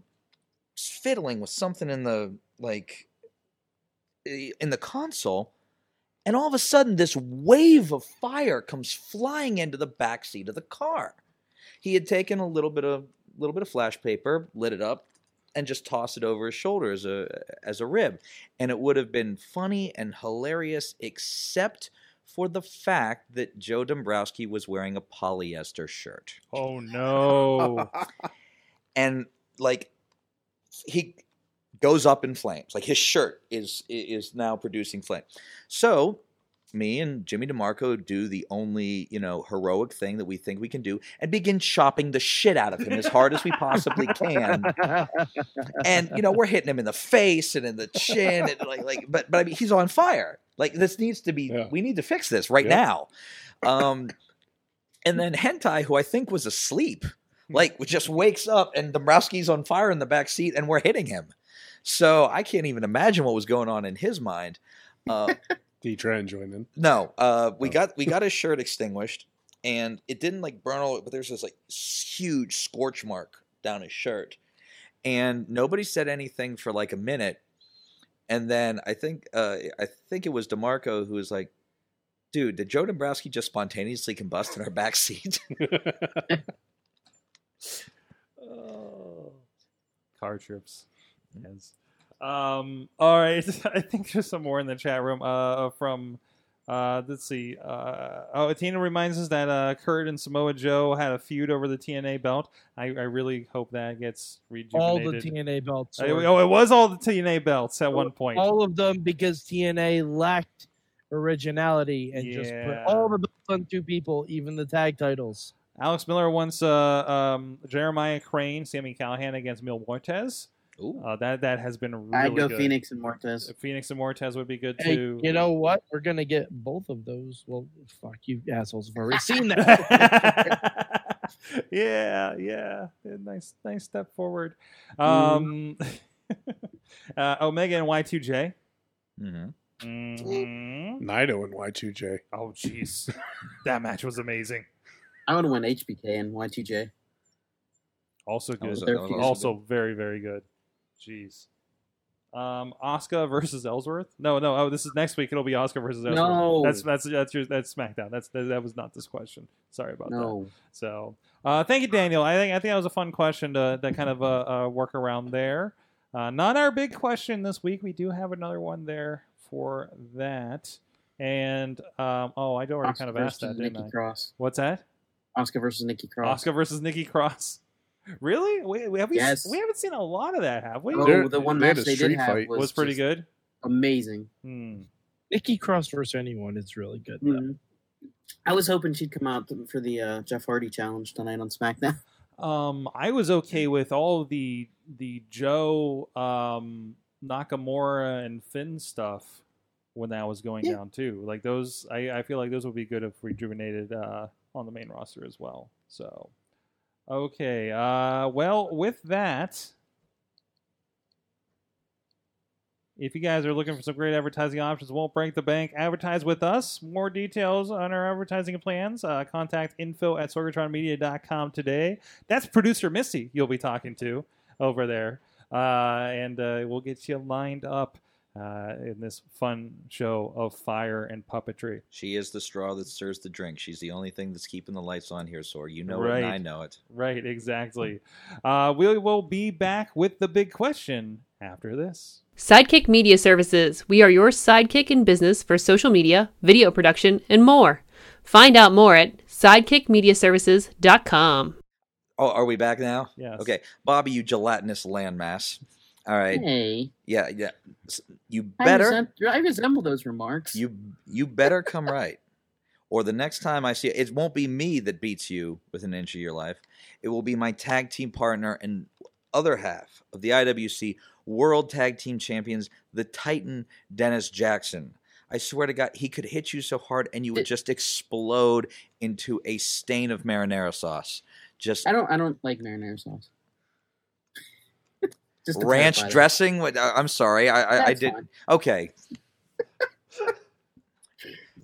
fiddling with something in the like i- in the console. And all of a sudden this wave of fire comes flying into the back seat of the car. He had taken a little bit of little bit of flash paper, lit it up, and just tossed it over his shoulder as a as a rib and it would have been funny and hilarious except for the fact that Joe Dombrowski was wearing a polyester shirt.
Oh <laughs> no!
And like he goes up in flames. Like his shirt is is now producing flame. So me and Jimmy DeMarco do the only, you know, heroic thing that we think we can do and begin chopping the shit out of him as hard as we possibly can and you know we're hitting him in the face and in the chin and like like but but I mean he's on fire. Like this needs to be
Yeah.
we need to fix this right
Yeah.
now. Um and then Hentai who I think was asleep
<laughs>
like just wakes up and Dombrowski's on fire in the back seat and we're hitting him. So I can't even imagine what was going on in his mind. Uh,
Did you try and join in?
no, uh, we
Oh.
got we got his shirt extinguished, and it didn't like burn all. But there's this like s- huge scorch mark down his shirt, and nobody said anything for like a minute, and then I think uh, I think it was Demarco who was like, "Dude, did Joe Dombrowski just spontaneously combust in our back seat?" <laughs>
Oh. Car trips. Yes. Um. All right. <laughs> I think there's some more in the chat room. Uh, from. Uh, let's see. Uh, oh, Tina reminds us that uh, Kurt and Samoa Joe had a feud over the TNA belt. I, I really hope that gets rejuvenated.
all the TNA belts.
I-
were-
oh, it was all the TNA belts at one point.
all of them because TNA lacked originality and just put
Yeah.
all the belts on two people, even the tag titles.
Alex Miller wants uh, um, Jeremiah Crane, Sammy Callahan against Mil Mortez.
Ooh.
Uh, that that has been really
I'd go
good.
Phoenix and Mortez.
Phoenix and Mortez would be good
Hey,
too.
you know what? We're gonna get both of those. Well, fuck you assholes. I've already
<laughs>
seen that.
yeah, yeah, Yeah, nice, nice step forward. Um, <laughs> uh, Omega and Y two J.
Mhm.
Nido and Y2J.
Oh, jeez, Mm-hmm. <laughs> that match was amazing.
I would have went HBK and Y2J.
Also
That was-
good.
that was
They're
also
Also very, very good. Jeez. Um, Oscar versus Ellsworth. No, no. Oh, this is next week. It'll be Oscar versus Ellsworth.
No.
That's that's that's your, that's SmackDown. That's that, that was not this question. Sorry about that.
No.
So, uh, thank you, Daniel. I think I think that was a fun question to, to kind of uh, uh, work around there. Uh, not our big question this week. We do have another one there for that. And um, oh, I already kind of asked that, didn't I?
Nikki Cross.
What's that?
Oscar versus Nikki Cross.
Oscar versus Nikki Cross. <laughs> Really? We, we, have we,
Yes.
we haven't seen a lot of that, have we?
Oh,
They're-
the one
they had
match
a
they did
street
have
fight.
was,
was pretty
just
good.
Amazing.
Hmm.
Nikki Cross versus anyone is really good. Though.
Mhm. I was hoping she'd come out th- for the uh, Jeff Hardy challenge tonight on SmackDown.
Um, I was okay with all of the the Joe um, Nakamura and Finn stuff when that was going
Yeah.
down too. Like those, I, I feel like those would be good if rejuvenated uh, on the main roster as well. So, okay. Uh, well, with that, if you guys are looking for some great advertising options, won't break the bank. Advertise with us. More details on our advertising plans. Uh, contact info at sorgatronmedia.com today. That's producer Missy you'll be talking to over there, uh, and uh, we'll get you lined up uh, in this fun show of fire and puppetry.
She is the straw that stirs the drink. She's the only thing that's keeping the lights on here, Sor. You know it, and
Right.
I know it.
Right, exactly. Uh, we will be back with the big question after this.
Sidekick Media Services. We are your sidekick in business for social media, video production, and more. Find out more at sidekickmediaservices.com.
Oh, are we back now?
Yes.
Okay, Bobby, you gelatinous landmass. All right.
Hey,
Yeah, yeah. S- You
I,
better.
resent, I resemble those remarks.
You you better come right. Or the next time I see it, it won't be me that beats you with an inch of your life. It will be my tag team partner and other half of the IWC World Tag Team Champions, the Titan Dennis Jackson. I swear to God, he could hit you so hard and you would
Th-
just explode into a stain of marinara sauce. Just
I don't. I don't like marinara sauce. <laughs> Just to
ranch
clarify that.
dressing. What- I- I'm sorry, I I, I
That's
did.
fine.
Okay.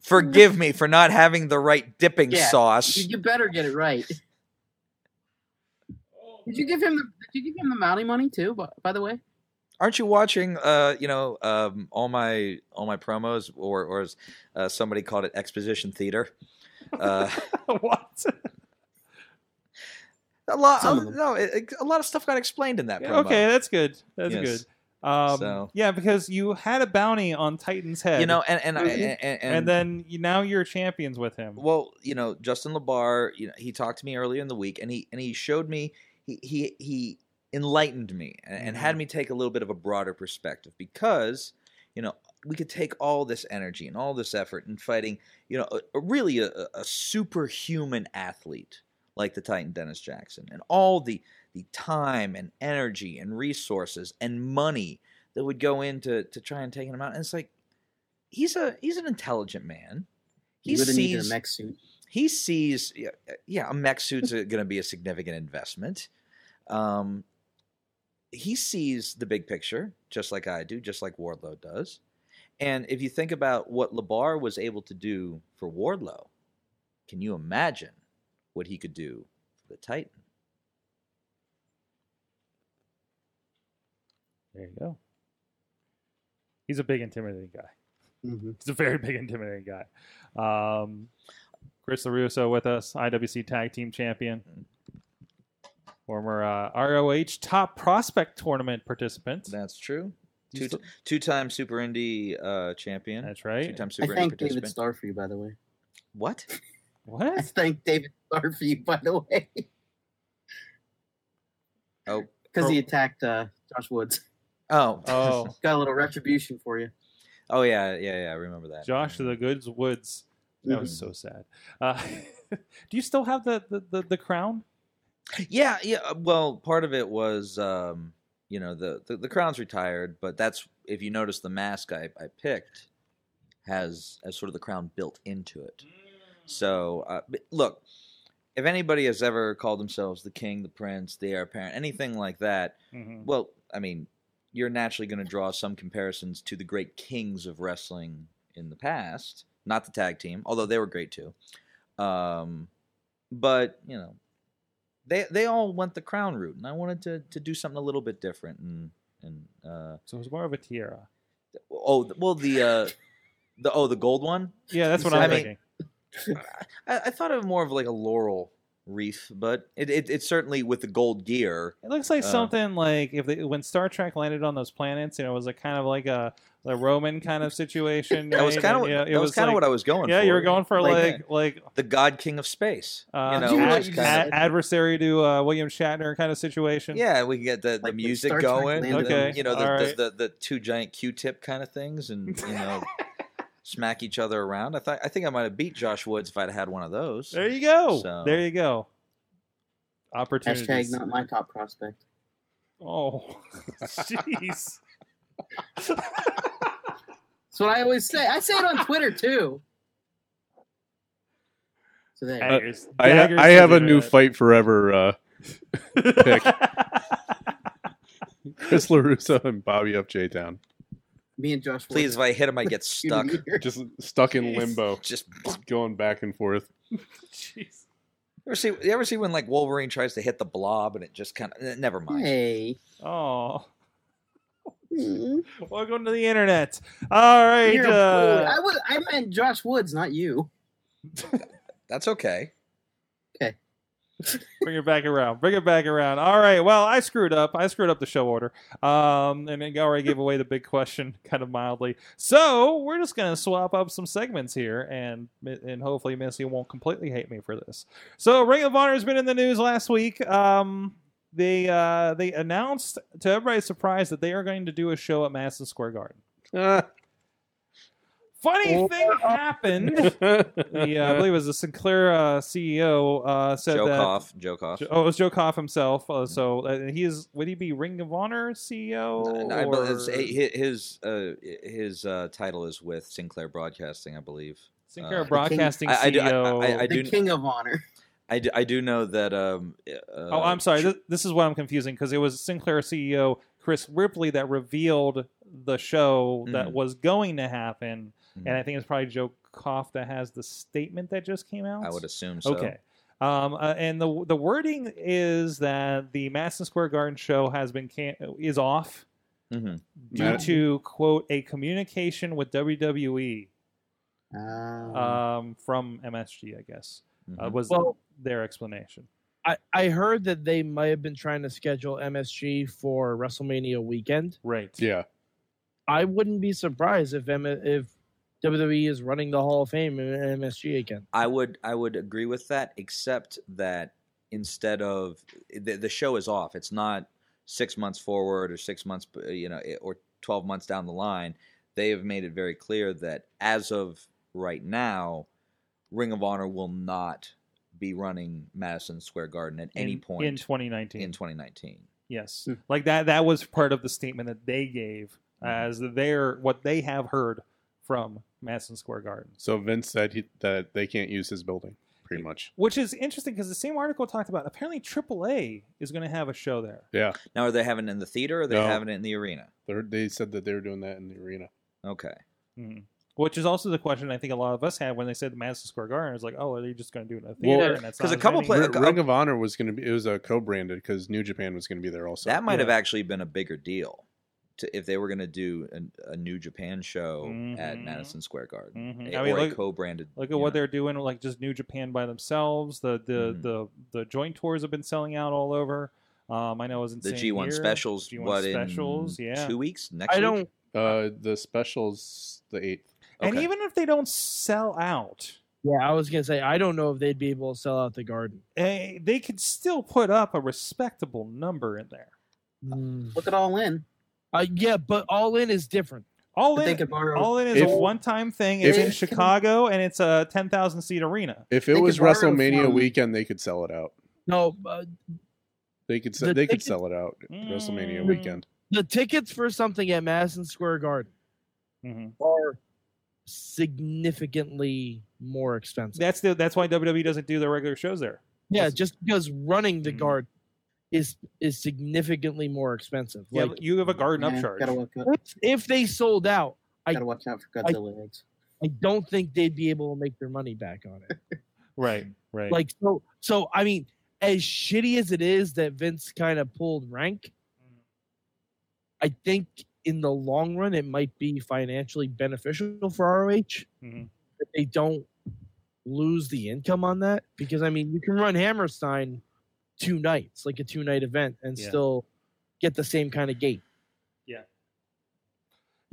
Forgive me for not having the right dipping
Yeah,
sauce.
You, you better get it right. Did you give him? The, did you give him the Mountie money too? By, by the way,
Aren't you watching? Uh, you know, um, all my all my promos, or or as uh, somebody called it, exposition theater. Uh,
<laughs> what?
a lot. uh,
Some of them.
no, it, it- a lot of stuff got explained in that. Promo.
Okay, that's good. That's
uh, Yes.
good. Um,
So-
Yeah, because you had a bounty on Titan's head,
You know, and and, I
Mhm.
and, and,
and, then you, now you're champions with him.
Well, you know, Justin Labar, you know, he talked to me earlier in the week, and he and he showed me, he he he enlightened me and, and had me take a little bit of a broader perspective because, you know, we could take all this energy and all this effort in fighting, you know, a, a really a, a- a superhuman athlete like the Titan Dennis Jackson, and all the the time and energy and resources and money that would go into to try and taking him out. And it's like he's a he's an intelligent man. He
you would have needed a
sees
mech suit.
he sees yeah, uh, yeah a mech suit's going to be a significant investment. Um, he sees the big picture just like I do, just like Wardlow does. And if you think about what Labar was able to do for Wardlow, can you imagine what he could do for the Titan?
There you go. He's a big intimidating guy.
Mhm.
He's a very <laughs> big intimidating guy. Um, Chris LaRusso with us, IWC Tag Team Champion, former uh, ROH Top Prospect Tournament participant.
That's true.
You
Two,
still-
two time Super Indie uh, champion.
That's right.
Two time
I
Super Indie
thank David
participant.
Starr for you, by the way. <laughs>
what?
I
What?
thank David Starr for you, by the way, <laughs>
Oh,
because he
For-
attacked uh, Josh Woods. <laughs>
oh,
Oh,
Got a little retribution for you.
<laughs> oh, yeah, yeah, yeah. I remember that.
Josh to the Goods Woods. That was so sad. Uh, <laughs> do you still have the, the, the, the crown?
Yeah, yeah. uh, Well, part of it was, um, you know, the, the the crown's retired, but that's if you notice the mask I, I picked has has sort of the crown built into it. So uh, but look, if anybody has ever called themselves the king, the prince, the heir apparent, anything like that,
Mhm.
well, I mean, you're naturally going to draw some comparisons to the great kings of wrestling in the past, not the tag team, although they were great too. Um, but you know, they they all went the crown route, and I wanted to to do something a little bit different, and and uh,
So it was more of a tiara.
oh, th- well the uh, the oh the gold one.
Yeah, that's what
I
I'm
mean-
thinking.
I, I thought of more of like a laurel wreath, but it, it it's certainly with the gold gear.
It looks like
Uh.
something like if they, when Star Trek landed on those planets, you know, it was a kind of like a, a Roman kind of situation.
That was
right?
kind of
And, you know,
that was kind
like-
of what I was going.
Yeah,
for.
you were going for like like,
the God King of Space.
uh,
you know,
You know
ad-
what you said?
ad- adversary to uh, William Shatner kind of situation.
Yeah, we can get the, the
Like, it
music
starts with
going.
Lambda.
the-
Okay,
you know, the,
all right.
the, the, the two giant Q-tip kind of things, and
<laughs>
you know, smack each other around. I thought I think I might have beat Josh Woods if I'd had one of those.
There you go.
So-
There you go.
Hashtag
Opportunities.
not my top prospect.
<laughs>
Oh, jeez.
That's what I always say. I say it on Twitter too. So
Uh,
there.
Daggers.
I, ha-
Daggers
I
to
have
the
a new
internet.
fight forever. Uh, pick. Chris Larusso and Bobby F J down,
Me and Josh.
Please, if I hit him,
<laughs>
I get
were
stuck.
shooting here.
just stuck in
Jeez.
limbo,
Just you
just going back and forth.
<laughs> Jeez.
ever see? You ever see when like Wolverine tries to hit the blob and it just kind of never mind.
Hey.
<laughs>
Hmm.
Oh. Welcome to the internet. All right.
You're a bully.
uh,
I was. I meant Josh Woods, not you.
That's okay.
bring it back around. Bring it back around. All right. Well, I screwed up. I screwed up the show order. Um, and then already gave away the big question <laughs> kind of mildly. So we're just gonna swap up some segments here, and and hopefully Missy won't completely hate me for this. So Ring of Honor has been in the news last week. Um, they uh, they announced to everybody's surprise that they are going to do a show at Madison Square Garden.
Ah.
Funny
Oh.
thing
<laughs>
happened. The, uh, I believe it was the Sinclair uh, CEO uh, said
Joke
that.
off. Joke off.
Jo- Oh, it was Joe Koff himself. Uh, so uh, he is. Would he be Ring of Honor CEO?
No, I
or
believe it's- hi- his uh, his uh, title is with Sinclair Broadcasting, I believe.
Sinclair
uh,
Broadcasting E
I- I do- I-
CEO.
I
The
do-
King of Honor.
I do, I do know that. Um, uh,
oh, I'm sorry. This, this is what I'm confusing because it was Sinclair CEO E Chris Ripley that revealed the show that
Mhm.
was going to happen, and
Mhm.
I think it's probably Joe Koff that has the statement that just came out.
I would assume so.
Okay. Um, uh, and the the wording is that the Madison Square Garden show has been can- is off
hmm
due
Matt-
to quote a communication with WWE.
Uh,
um, from MSG, I guess,
Mm-hmm.
uh, was
Well-
their explanation.
I, I heard that they might have been trying to schedule MSG for WrestleMania weekend.
Right.
yeah,
I wouldn't be surprised if M- if WWE is running the Hall of Fame in MSG again.
I would I would agree with that, except that instead of eh, the, the show is off. It's not six months forward or six months, uh, you know, i- or twelve months down the line. They have made it very clear that as of right now, Ring of Honor will not be running Madison Square Garden at any
in,
point
in 2019.
in 2019.
yes,
Hmm.
like that. That was part of the statement that they gave
Mhm.
as their what they have heard from Madison Square Garden,
so Vince said he, that they can't use his building, pretty much.
which is interesting because the same article talked about apparently AAA is going to have a show there.
Yeah,
Now, are they having it in the theater or are they
No.
having it in the arena?
They're, they said that they were doing that in the arena.
Okay.
Mhm. Which is also the question I think a lot of us had when they said Madison Square Garden. It's like, oh, are they just going to do it in a
Well,
theater? and that's
'cause
not
a couple
as
pla-
many-
Ri-
like,
Ring of Honor was going to be it was a co-branded because New Japan was going to be there also.
That might have
Yeah.
actually been a bigger deal to, if they were going to do an, a New Japan show at
Mhm.
Madison Square Garden.
Mhm.
a-
I mean,
eh, or
look-
a co-branded.
Look at
you
what
know.
they're doing, like just New Japan by themselves. The the
Mhm.
the the joint tours have been selling out all over. Um, I know it was
the
insane
G1
here.
specials.
G1
what
specials,
in
yeah.
two weeks? Next
I don't.
Week?
uh, the specials the eighth.
And
Okay.
even if they don't sell out,
Yeah, I was gonna say I don't know if they'd be able to sell out the Garden.
eh, they could still put up a respectable number in there.
look it all in.
Uh, yeah, but All In is different.
All
But they
in,
could borrow.
all in is
If-
a one-time thing. It's
if-
in Chicago, and it's a ten thousand seat arena.
If
They
it
could
was
borrow
WrestleMania
from-
weekend, they could sell it out.
No, uh,
They could se-
The
they could
ticket-
sell it out at WrestleMania
Mm.
weekend.
the tickets for something at Madison Square Garden
Mm-hmm.
Mhm.
are significantly more expensive.
That's the that's why WWE doesn't do their regular shows there.
yeah,
that's-
just because running the
Mhm.
Garden is is significantly more expensive.
Yeah,
Like
you have a garden
Yeah,
upcharge.
Gotta watch out.
if, if they sold out, I-
Gotta watch out for Godzilla eggs.
I don't think they'd be able to make their money back on it.
Right, right.
Like so, so I mean, as shitty as it is that Vince kind of pulled rank,
Mm-hmm.
I think in the long run, it might be financially beneficial for ROH
Mhm.
that they don't lose the income on that because I mean, you can run Hammerstein two nights, like a two night event, and
Yeah.
still get the same kind of gate.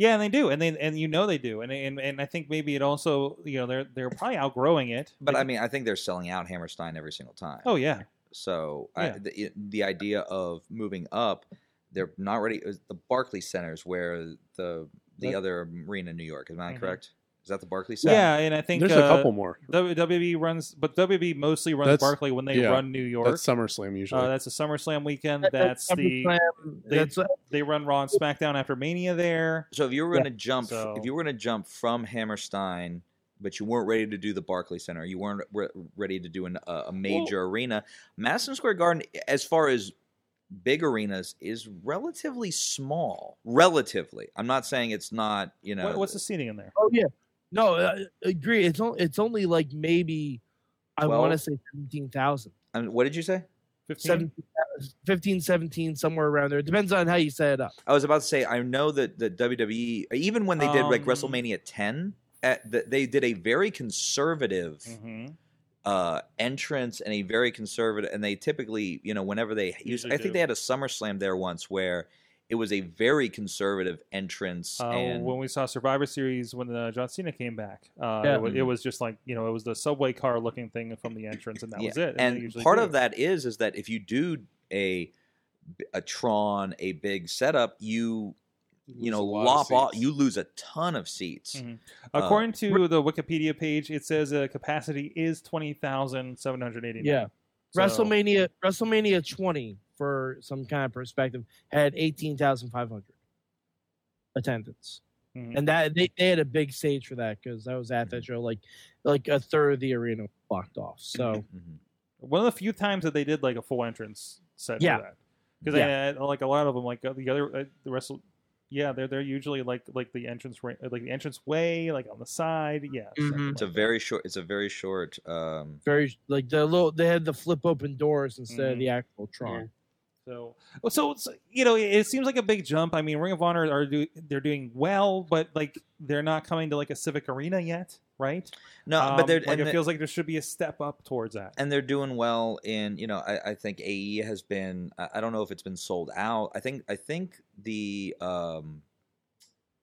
Yeah, and they do, and they and you know they do, and and and I think maybe it also you know they're they're probably outgrowing it.
But I mean, I think they're selling out Hammerstein every single time.
oh yeah,
So
Yeah.
I, the, it- the idea of moving up, they're not ready. is The Barclay Centers, where the the
That-
other arena in New York, am I
Mhm.
correct? Is that the Barclay Center?
yeah, and I think
There's
uh,
a couple more.
WWE runs, but WWE mostly runs
That's-
Barclay when they
yeah,
run New York.
That's SummerSlam usually.
uh, that's a SummerSlam weekend.
That-
That's the
SummerSlam,
they-
that's what-
they run Raw and SmackDown after Mania there.
So if you were
Yeah.
going to jump, f-
So-
if you were going to jump from Hammerstein, but you weren't ready to do the Barclay Center, you weren't re- ready to do an, a a major arena. Madison Square Garden, as far as big arenas, is relatively small. Relatively, I'm not saying it's not. You know,
What, what's the seating in there?
oh yeah, no, I I agree. It's only it's only like maybe I want to
Twelve?
say seventeen thousand.
I mean, what did you say?
15?
17, 15, 17, somewhere around there. It depends on how you set it up.
I was about to say, I know that the WWE, even when they did like
Um,
WrestleMania 10, at the, they did a very conservative
Mhm.
uh, entrance and a very conservative, and they typically, you know, whenever they use,
Usually
I think
do.
they had a SummerSlam there once where it was a very conservative entrance.
Uh,
and
when we saw Survivor Series when uh, John Cena came back, uh,
Yeah.
it, was, it was just like you know it was the subway car looking thing from the entrance, and that was
Yeah,
it. they
And
usually
part
do.
of that is is that if you do a a Tron, a big setup, you you know lop off, you lose a ton of seats.
Mhm.
Uh,
according to the Wikipedia page, it says uh, capacity is twenty thousand seven hundred eighty.
Yeah. WrestleMania WrestleMania 20 for some kind of perspective had 18,500 attendance.
Mhm.
And that they, they had a big stage for that cuz I was at that show like like a third of the arena was blocked off. So
Mhm.
one of the few times that they did like a full entrance set
Yeah.
for that because like a lot of them like uh, the other uh, the wrestle yeah they're they're usually like like the entrance ra- uh, like the entrance way like on the side yeah something
Mhm.
like
Mm-hmm. It's a
that.
very short. It's a very short. Um,
very like the little they had the flip open doors instead of the actual Tron.
so well, so it's, you know it, it seems like a big jump I mean Ring of Honor are do, they're doing well but like they're not coming to like a civic arena yet right
no,
Um,
but they're
like
and,
it
the-
feels like there should be a step up towards that
and they're doing well in. You know, I, I think AE has been. I, I don't know if it's been sold out. I think. I think the um,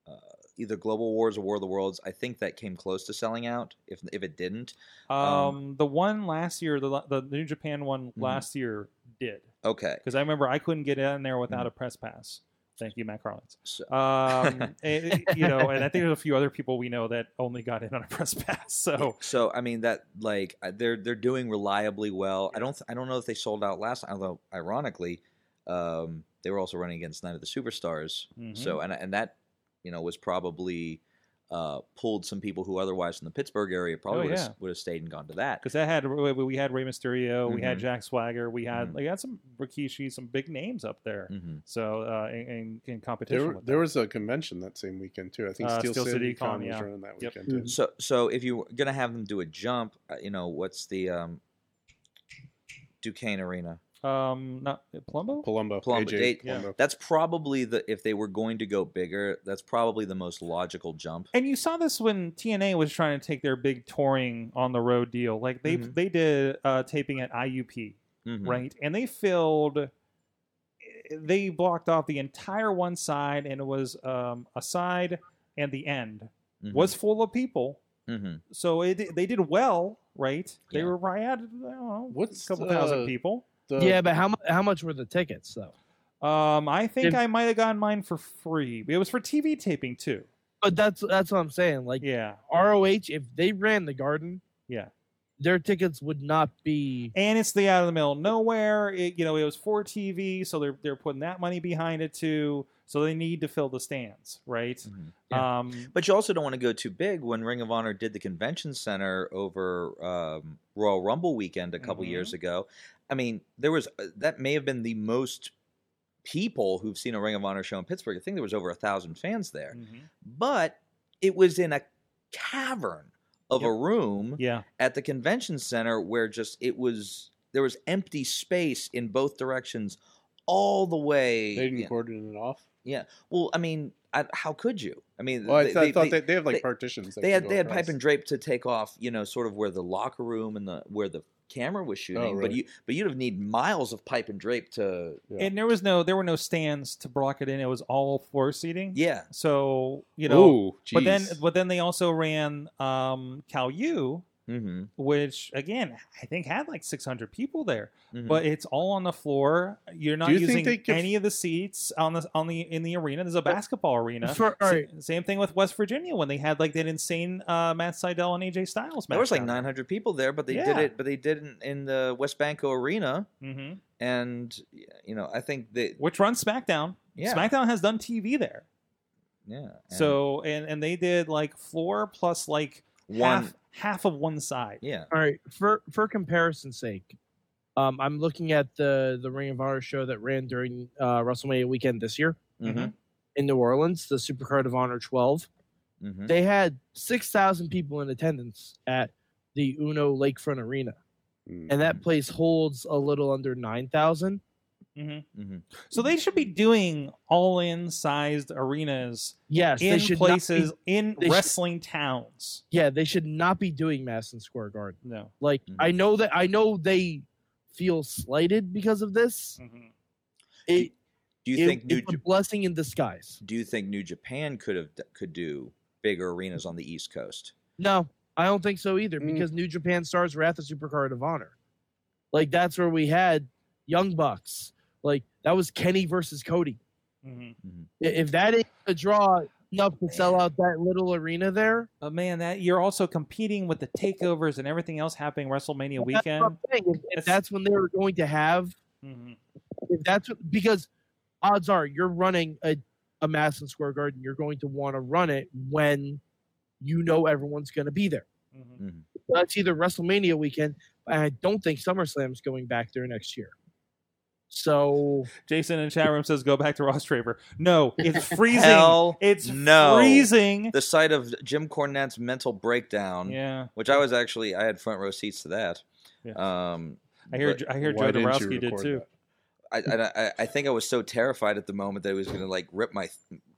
uh, either Global Wars or War of the Worlds. I think that came close to selling out. If if it didn't,
um,
um,
the one last year the la- the New Japan one
Mhm.
last year did
okay.
because I remember I couldn't get in there without a press pass. Thank you, Matt Carlins.
So-
Um, eh, you know, and I think there's a few other people we know that only got in on a <laughs> press pass. So
So I mean that like uh, they're they're doing reliably well. I don't th- I don't know if they sold out last. Although ironically, um, they were also running against Night of the Superstars.
Mm-hmm.
So and and that you know was probably uh, pulled some people who otherwise in the Pittsburgh area probably
Oh,
would,
yeah.
have, would have stayed and gone to that.
because that had we we had Rey Mysterio, we had
Mhm.
Jack Swagger, we had
Mhm.
like had some Rikishi, some big names up there.
Mhm.
So uh, in, in, in competition,
there,
with
there
that.
was a convention that same weekend too. I think
Uh,
Steel,
Steel
City,
City Con,
Con was
yeah.
running that
Yep.
weekend too.
So so if you're gonna have them do a jump, uh, you know what's the um, Duquesne Arena?
um not Palumbo.
Palumbo,
Palumbo,
AJ,
they-
yeah.
Palumbo.
That's probably the if they were going to go bigger, that's probably the most logical jump.
And you saw this when TNA was trying to take their big touring on the road deal. Like they
Mm-hmm.
Mhm.
they did uh, taping at IUP.
Mhm.
right? And they filled, they blocked off the entire one side, and it was um, a side and the end
Mhm.
Mm-hmm.
was full of people.
Mhm.
So it, they did well, right? They
Yeah.
were right at I don't know,
What's,
a couple thousand
uh,
people.
The-
yeah, but how mu- how much were the tickets though?
Um, I think
did-
I might have gotten mine for free. It was for TV taping too.
But that's that's what I'm saying like
Yeah,
ROH if they ran the garden,
Yeah.
Their tickets would not be
and it's the out of the middle of nowhere. It, you know, it was for TV, so they're they're putting that money behind it too. So they need to fill the stands, right?
Mhm.
Yeah.
Um,
But you also don't want to go too big. When Ring of Honor did the convention center over um, Royal Rumble weekend a couple
Mhm.
years
Mm-hmm.
ago, I mean, there was uh, that may have been the most people who've seen a Ring of Honor show in Pittsburgh. I think there was over a thousand fans there,
mhm.
but it was in a cavern of a room
yeah,
at the convention center where just it was there was empty space in both directions all the way.
they didn't
in-
cordon it off.
Yeah. Well, I mean, I, how could you? I mean,
Well, I,
they-
I
they-
thought
they-
they, they have like
they-
partitions. that
they
can
had
go
they had
across.
pipe and drape to take off, you know, sort of where the locker room and the where the camera
Oh,
was shooting. But
really?
you but you'd have need miles of pipe and drape to
Yeah.
And there was no, there were no stands to block it in. It was all floor seating.
yeah.
So you know,
Ooh,
but then
jeez.
but then they also ran um, Cal U,
Mm-hmm.
which again I think had like 600 people there.
mm-hmm.
But it's all on the floor. You're not
Mm-hmm. you think
using
they could-
any of the seats on the on the in the arena. There's a basketball
<laughs>
arena.
For-
Sa-
alright.
Same thing with West Virginia when they had like that insane uh, Matt Seidel and AJ Styles match.
there was like 900 people there, but they did
Yeah.
it. But they didn't in the West Banco Arena,
hmm
and you know, I think they
Which runs SmackDown.
yeah
SmackDown has done TV there.
yeah. and
So and and they did like floor plus like
one
half half of one side.
yeah
All right, for for comparison's sake, um, I'm looking at the the Ring of Honor show that ran during uh, WrestleMania weekend this year
Mm-hmm.
Mhm.
in New Orleans, the Supercard of Honor 12.
Mhm.
They had six thousand people in attendance at the Uno Lakefront Arena,
Mm.
and
Mm-hmm.
that place holds a little under nine thousand.
Mhm.
Mm-hmm. So they should be doing all in sized arenas
Yes, they
in
should not be-
places in
they should-
wrestling towns.
yeah, they should not be doing Madison Square Garden.
No.
Like
Mhm.
I know that I know they feel slighted because of this.
Mm-hmm.
It,
Do you
it-
think New
it's a
Ja-
blessing in disguise?
Do you think New Japan could have could do bigger arenas on the East Coast?
No, I don't think so either
Mm.
because New Japan stars were at the Supercard of Honor. Like that's where we had Young Bucks. Like that was Kenny versus Cody.
Mm-hmm.
Mhm.
I- If that ain't a draw enough to sell out that little arena there,
But man, that you're also competing with the takeovers and everything else happening WrestleMania
That's, what
weekend.
I'm saying. If- If,
That's-
that's when they were going to have,
Mhm.
Mm-hmm.
if that's what, because odds are you're running a a Madison Square Garden, you're going to want to run it when you know everyone's going to be there.
Mm-hmm.
Mhm.
So that's either WrestleMania weekend, and I don't think SummerSlam's going back there next year. So
Jason in the chat room says go back to Ross Traver. No,
<laughs>
it's freezing.
Hell
it's
no.
freezing.
The site of Jim Cornette's mental breakdown,
Yeah.
which I was actually I had front row seats to that.
Yeah.
Um,
I hear
but
I hear Joe
Why didn't you
Dombrowski did
record
too.
that?
I, I I- I think I was so terrified at the moment that he was going to like rip my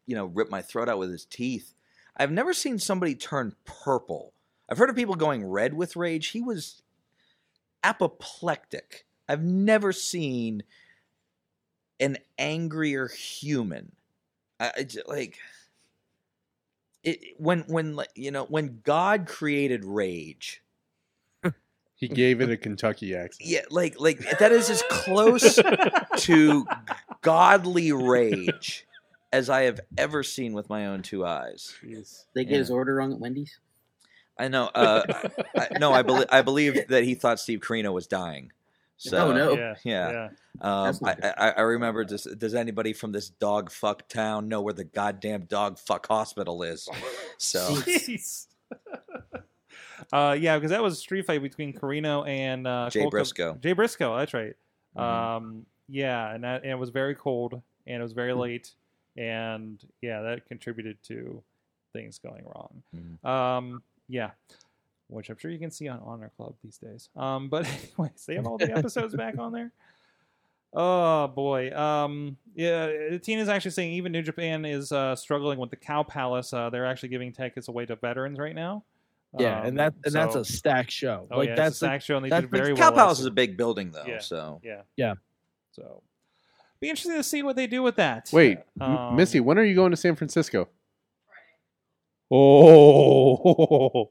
you know rip my throat out with his teeth. I've never seen somebody turn purple. I've heard of people going red with rage. He was apoplectic. I've never seen an angrier human. I, I just, like it when when like you know when God created rage.
He gave it a Kentucky accent.
Yeah, like like that is as close to godly rage as I have ever seen with my own two eyes.
They get his order wrong at Wendy's.
I know. Uh, I, I- no, I believe I believe that he thought Steve Carino was dying. So,
oh no!
Yeah.
Yeah,
Yeah.
Um,
That's not
I, I, I remember. Does, does anybody from this dog fuck town know where the goddamn dog fuck
<laughs>
hospital is? So
Jeez. <laughs> uh, yeah, because that was a street fight between Carino and uh,
Jay
Cole Cab-
Briscoe.
Jay Briscoe, that's right.
Mhm.
Um, yeah, and that and it was very cold and it was
Mm-hmm.
very late, and yeah, that contributed to things going wrong.
Mhm.
Um, yeah. Which I'm sure you can see on Honor Club these days. Um, but <laughs> anyways, they have all
<laughs>
the episodes back on there. Oh boy. Um, yeah, Tina's actually saying even New Japan is uh, struggling with the Cow Palace. Uh, they're actually giving tickets away to veterans right now.
yeah,
Um,
and that and that's
so-
a stack show.
oh,
like
yeah,
that's
that's
a,
actually and they
that's
did
like-
very well.
Cow Palace
last
is a big building though.
Yeah.
So
yeah.
Yeah.
So be interesting to see what they do with that.
Wait, M-
Um,
Missy, when are you going to San Francisco? <laughs> Oh,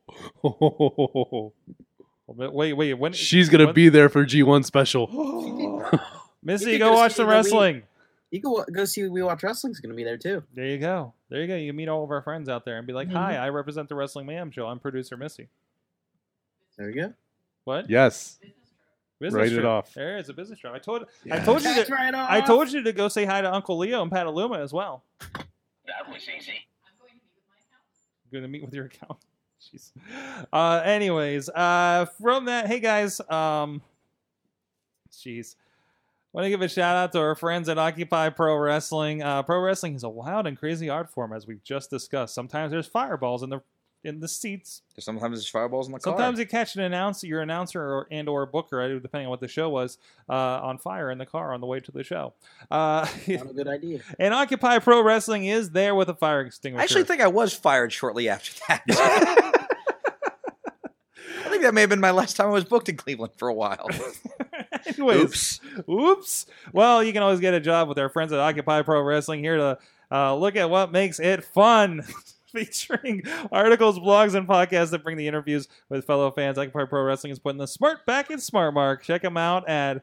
But wait, wait, when
she's gonna
when-
be there for G1 special.
You
<laughs> Missy,
could
go
go
watch
see
some
the league.
wrestling.
You can wa- go see We Watch Wrestling's going to be there too.
There you go. There you go. You meet all of our friends out there and be like,
Mm-hmm.
"Hi, I represent the Wrestling Mayhem Show. I'm producer Missy."
There you go.
What?
yes,
Business
write it
trip.
off.
There is a business trip. I told. I told you that.
right off.
I told you to go say hi to Uncle Leo and Petaluma as well.
That was easy.
going to meet with your account. <laughs> Jeez. Uh, anyways, uh, from that, hey guys, um, jeez, want to give a shout out to our friends at Occupy Pro Wrestling. Uh, pro wrestling is a wild and crazy art form, as we've just discussed. Sometimes there's fireballs in the in the seats.
Sometimes there's fireballs in the car.
Sometimes you catch an announcer, your announcer, or, and or booker, depending on what the show was, uh, on fire in the car on the way to the show. Uh,
Not a good idea.
<laughs> and Occupy Pro Wrestling is there with a fire extinguisher.
I actually think I was fired shortly after <laughs> that. I think that may have been my last time I was booked in Cleveland for
<laughs>
a while.
<laughs> Anyways,
Oops.
Oops. Well, you can always get a job with our friends at Occupy Pro Wrestling here to uh, look at what makes it fun. <laughs> Featuring articles, blogs, and podcasts that bring the interviews with fellow fans. Occupy Pro Wrestling is putting the smart back in smart mark. Check them out at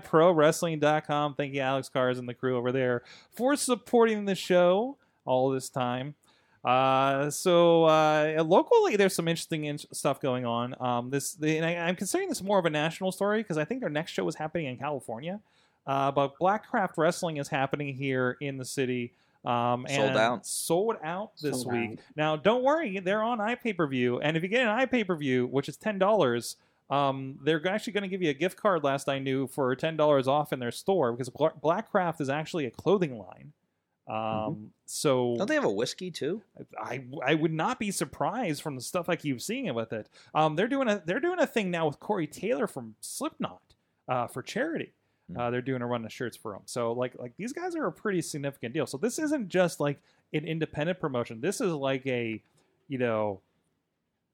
occupyprowrestling.com. Thank you, Alex Cars and the crew over there for supporting the show all this time. Uh, so uh, locally, there's some interesting in- stuff going on. Um, this, the, and I, I'm considering this more of a national story because I think their next show is happening in California. Uh, but Blackcraft Wrestling is happening here in the city. Um, and
Sold out.
Sold out this
Sold
week. Now, don't worry, they're on iPay-per-view, and if you get an iPay-per-view, which is ten dollars, um, they're actually going to give you a gift card. Last I knew, for ten dollars off in their store because Bla- Blackcraft is actually a clothing line. Um, so
Mm-hmm. Don't they have a whiskey too?
I, I would not be surprised from the stuff I keep seeing with it. Um, they're doing a they're doing a thing now with Corey Taylor from Slipknot uh, for charity. Uh, they're doing a run of shirts for them. So like like these guys are a pretty significant deal. So this isn't just like an independent promotion. This is like a you know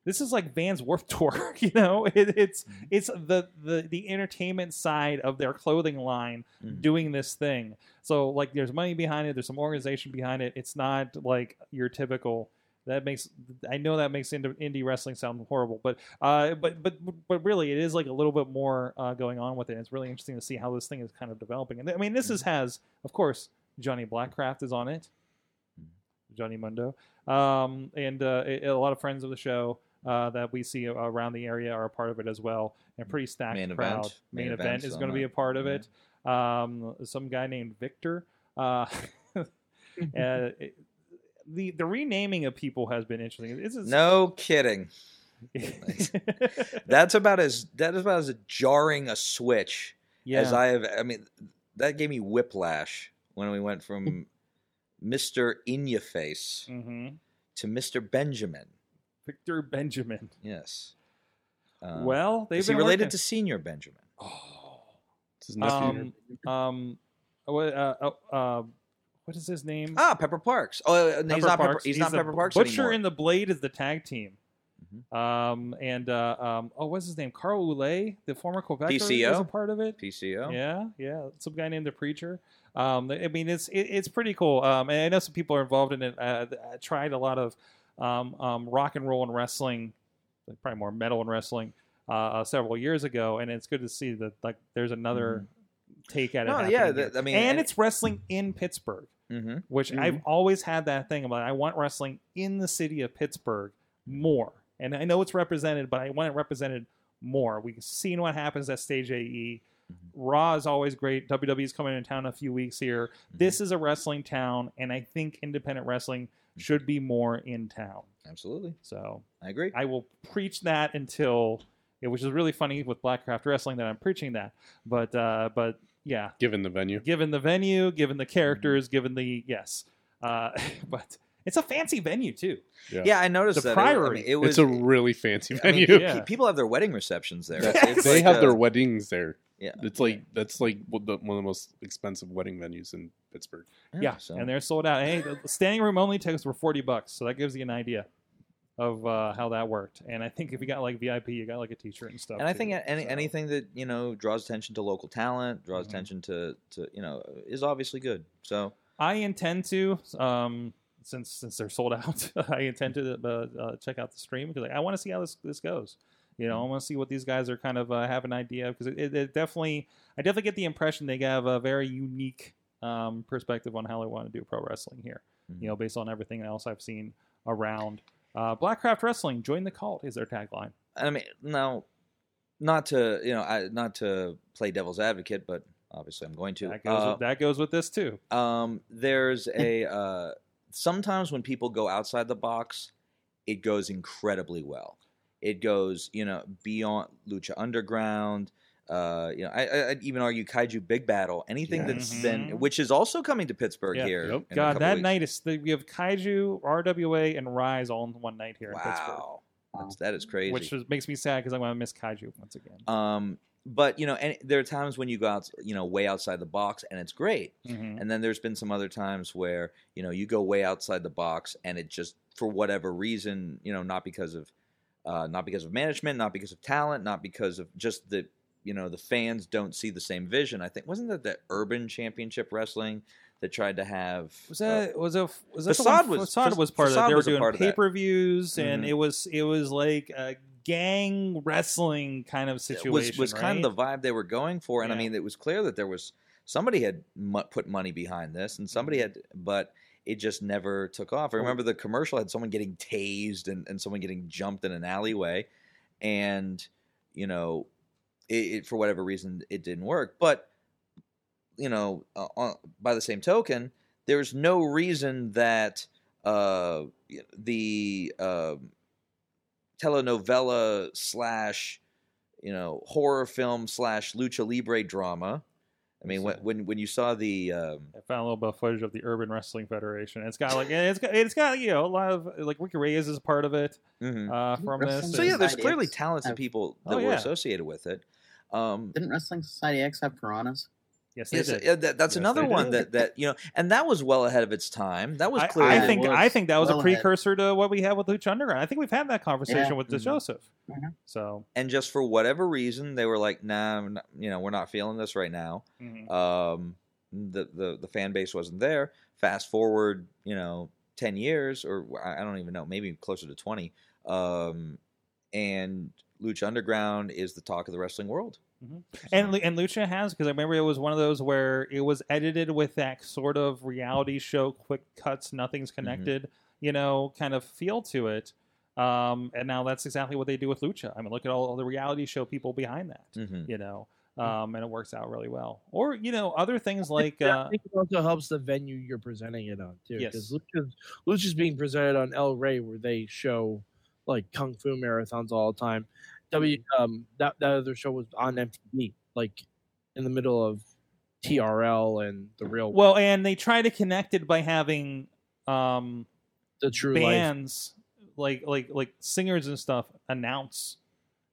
this is like Vans Warped <laughs> Tour. you know it, it's it's the the the entertainment side of their clothing line
Mhm.
doing this thing. So like there's money behind it. There's some organization behind it. It's not like your typical. That makes I know that makes ind- indie wrestling sound horrible, but uh, but but but really, it is like a little bit more uh, going on with it. It's really interesting to see how this thing is kind of developing. And I mean, this
Mm-hmm.
is has of course Johnny Blackcraft is on it,
Mm-hmm.
Johnny Mundo, um, and uh, a a lot of friends of the show uh, that we see around the area are a part of it as well. And a pretty stacked
Main event.
crowd.
Main
Main, event,
event's
is
on
going to be
it.
a part of
Yeah.
it. Um, some guy named Victor. Uh, uh, it- the the renaming of people has been interesting. It's, it's, <laughs>
No kidding. That's about as that is about as jarring a switch
yeah.
as I have. I mean, that gave me whiplash when we went
<laughs>
from Mister In Your Face
hmm
to Mister Benjamin.
Victor Benjamin.
Yes. Um,
well, they've
is he
been
related
working- Oh.
to Senior Benjamin?
It's his nephew.
um um what uh, uh, uh, what is his name?
Ah, Pepper Parks. Oh, uh, no, he's
Pepper
not. Pepper,
Parks.
he's, not
the
Pepper Parks
Butcher
anymore. Mm-hmm.
and the Blade is the tag team. Um and uh, um oh what's his name? Carl Oulet, the former Quebec
PCO?
was a part of it.
PCO.
Yeah, yeah. Some guy named the preacher. Um, I mean, it's it, it's pretty cool. Um, and I know some people are involved in it. Uh, I tried a lot of um, um, rock and roll and wrestling, like probably more metal and wrestling, uh, uh, several years ago. And it's good to see that like there's another take at it.
Mm-hmm. No,
happening
yeah,
here.
that- I mean,
and
and-
it's wrestling in Pittsburgh,
Mm-hmm.
which
Mhm.
I've always had that thing about. I want wrestling in the city of Pittsburgh more. And I know it's represented, but I want it represented more. We've seen what happens at Stage AE. Raw is always great. WWE's coming in town in a few weeks here.
Mm-hmm.
This is a wrestling town, and I think independent wrestling should be more in town.
Absolutely,
So
I agree.
I will preach that until, yeah, which is really funny with Blackcraft Wrestling that I'm preaching that. But uh, but yeah,
Given the venue.
given the venue, given the characters,
Mm-hmm.
given the yes, uh, <laughs> but it's a fancy venue too.
yeah. I noticed
The
that. It- I mean,
Priory.
It, was,
it's
<laughs>
a really fancy
I mean,
venue.
Yeah.
pe- people have their wedding receptions there.
Yes.
It's
<laughs> They
like
have
a-
their weddings there.
Yeah.
It's like that's like one of the- one of the most expensive wedding venues in
<laughs>
Pittsburgh.
Yeah,
so-
and they're sold out. Hey, the standing room only tickets were forty bucks, so that gives you an idea of uh, how that worked. And I think if you got like VIP, you got like a T-shirt and stuff.
and I
too,
think any,
so.
anything that you know draws attention to local talent, draws
Mhm.
attention to to you know is obviously good. So
I intend to, um, since since they're sold out, <laughs> I intend to uh, uh, check out the stream because I want to see how this this goes. You
Mm-hmm.
know, I want to see what these guys are kind of uh, have an idea because it, it, it definitely, I definitely get the impression they have a very unique um, perspective on how they want to do pro wrestling here.
Mm-hmm.
You know, based on everything else I've seen around. Uh, Blackcraft Wrestling, join the cult is their tagline.
I mean, now, not to you know, I, not to play devil's advocate, but obviously I'm going to.
That goes,
Uh,
with, that goes with this too.
um, there's a uh, sometimes when people go outside the box, it goes incredibly well. It goes, you know, beyond Lucha Underground. Uh, you know, I- I, I'd even argue Kaiju Big Battle, anything that's
Yes.
been, which is also coming to Pittsburgh
Yeah.
here.
Yep.
in a
God,
couple
that
weeks.
night is the, we have Kaiju, RWA, and Rise all in one night here
Wow, That's, that is
in
crazy.
Pittsburgh, which is, makes me sad because I'm going to miss Kaiju once again.
um, but you know, and there are times when you go out, you know, way outside the box, and it's great.
Mm-hmm.
Mhm.
And then there's been some other times where, you know, you go way outside the box and it just for whatever reason, you know, not because of uh, not because of management, not because of talent, not because of just the you know, the fans don't see the same vision. I think wasn't that the urban championship wrestling that tried to have
Was
uh,
that was that was that the
Facade
one-
was-
Facade was part of
Facade
that. They were
was a
doing
part of that.
pay per views, and
Mhm.
it was it was like a gang wrestling kind of
it
situation.
was was kind of the vibe they were going for, and I
Yeah.
mean, it was clear that there was somebody had mu- put money behind this, and somebody
Mm-hmm.
had, but it just never took off. I remember the commercial had someone getting tased and, and someone getting jumped in an alleyway, and you know, it, it for whatever reason it didn't work. But you know, uh, on, by the same token, there's no reason that uh, y- the um telenovela slash you know horror film slash lucha libre drama. I mean, when when, when you saw the um,
I found a little bit of footage of the Urban Wrestling Federation. It's got like it's got it's got you know a lot of like Ricky Reyes is part of it
mhm.
uh, from this.
Wrestling
so yeah, there's
Society
clearly
X
talented
have-
people
Oh,
that were
yeah.
associated with it. Um,
Didn't Wrestling Society X have piranhas?
yes, they
yes,
did.
uh, that, that's
Yes,
another
they
one
did.
that that you know, and that was well ahead of its time. That was
I,
clearly
I
Yeah, it
think
was.
I think that was
Well
a
ahead.
precursor to what we had with Lucha Underground. I think we've had that conversation
Yeah.
with the
Mhm.
Joseph.
Mhm.
So
and just for whatever reason, they were like, "Nah, I'm not- you know, we're not feeling this right now."
Mm-hmm.
Um, the the the fan base wasn't there. Fast forward, you know, ten years, or I I don't even know, maybe closer to twenty. Um, and Lucha Underground is the talk of the wrestling world.
Mhm.
So-
And Lu- and Lucha has because I remember it was one of those where it was edited with that sort of reality show, quick cuts, nothing's connected, you know, kind of feel to it. Um, and now that's exactly what they do with Lucha. I mean, look at all, all the reality show people behind that,
Mhm.
you know, um, and it works out really well. Or you know, other things like
Yeah, I
uh,
think it also helps the venue you're presenting it on too.
Yes.
Because Lucha's, Lucha's being presented on El Rey, where they show like kung fu marathons all the time. W
Mm.
um that that other show was on MTV, like in the middle of TRL and the real
well, and they try to connect it by having um,
the true life.
bands like like like singers and stuff announce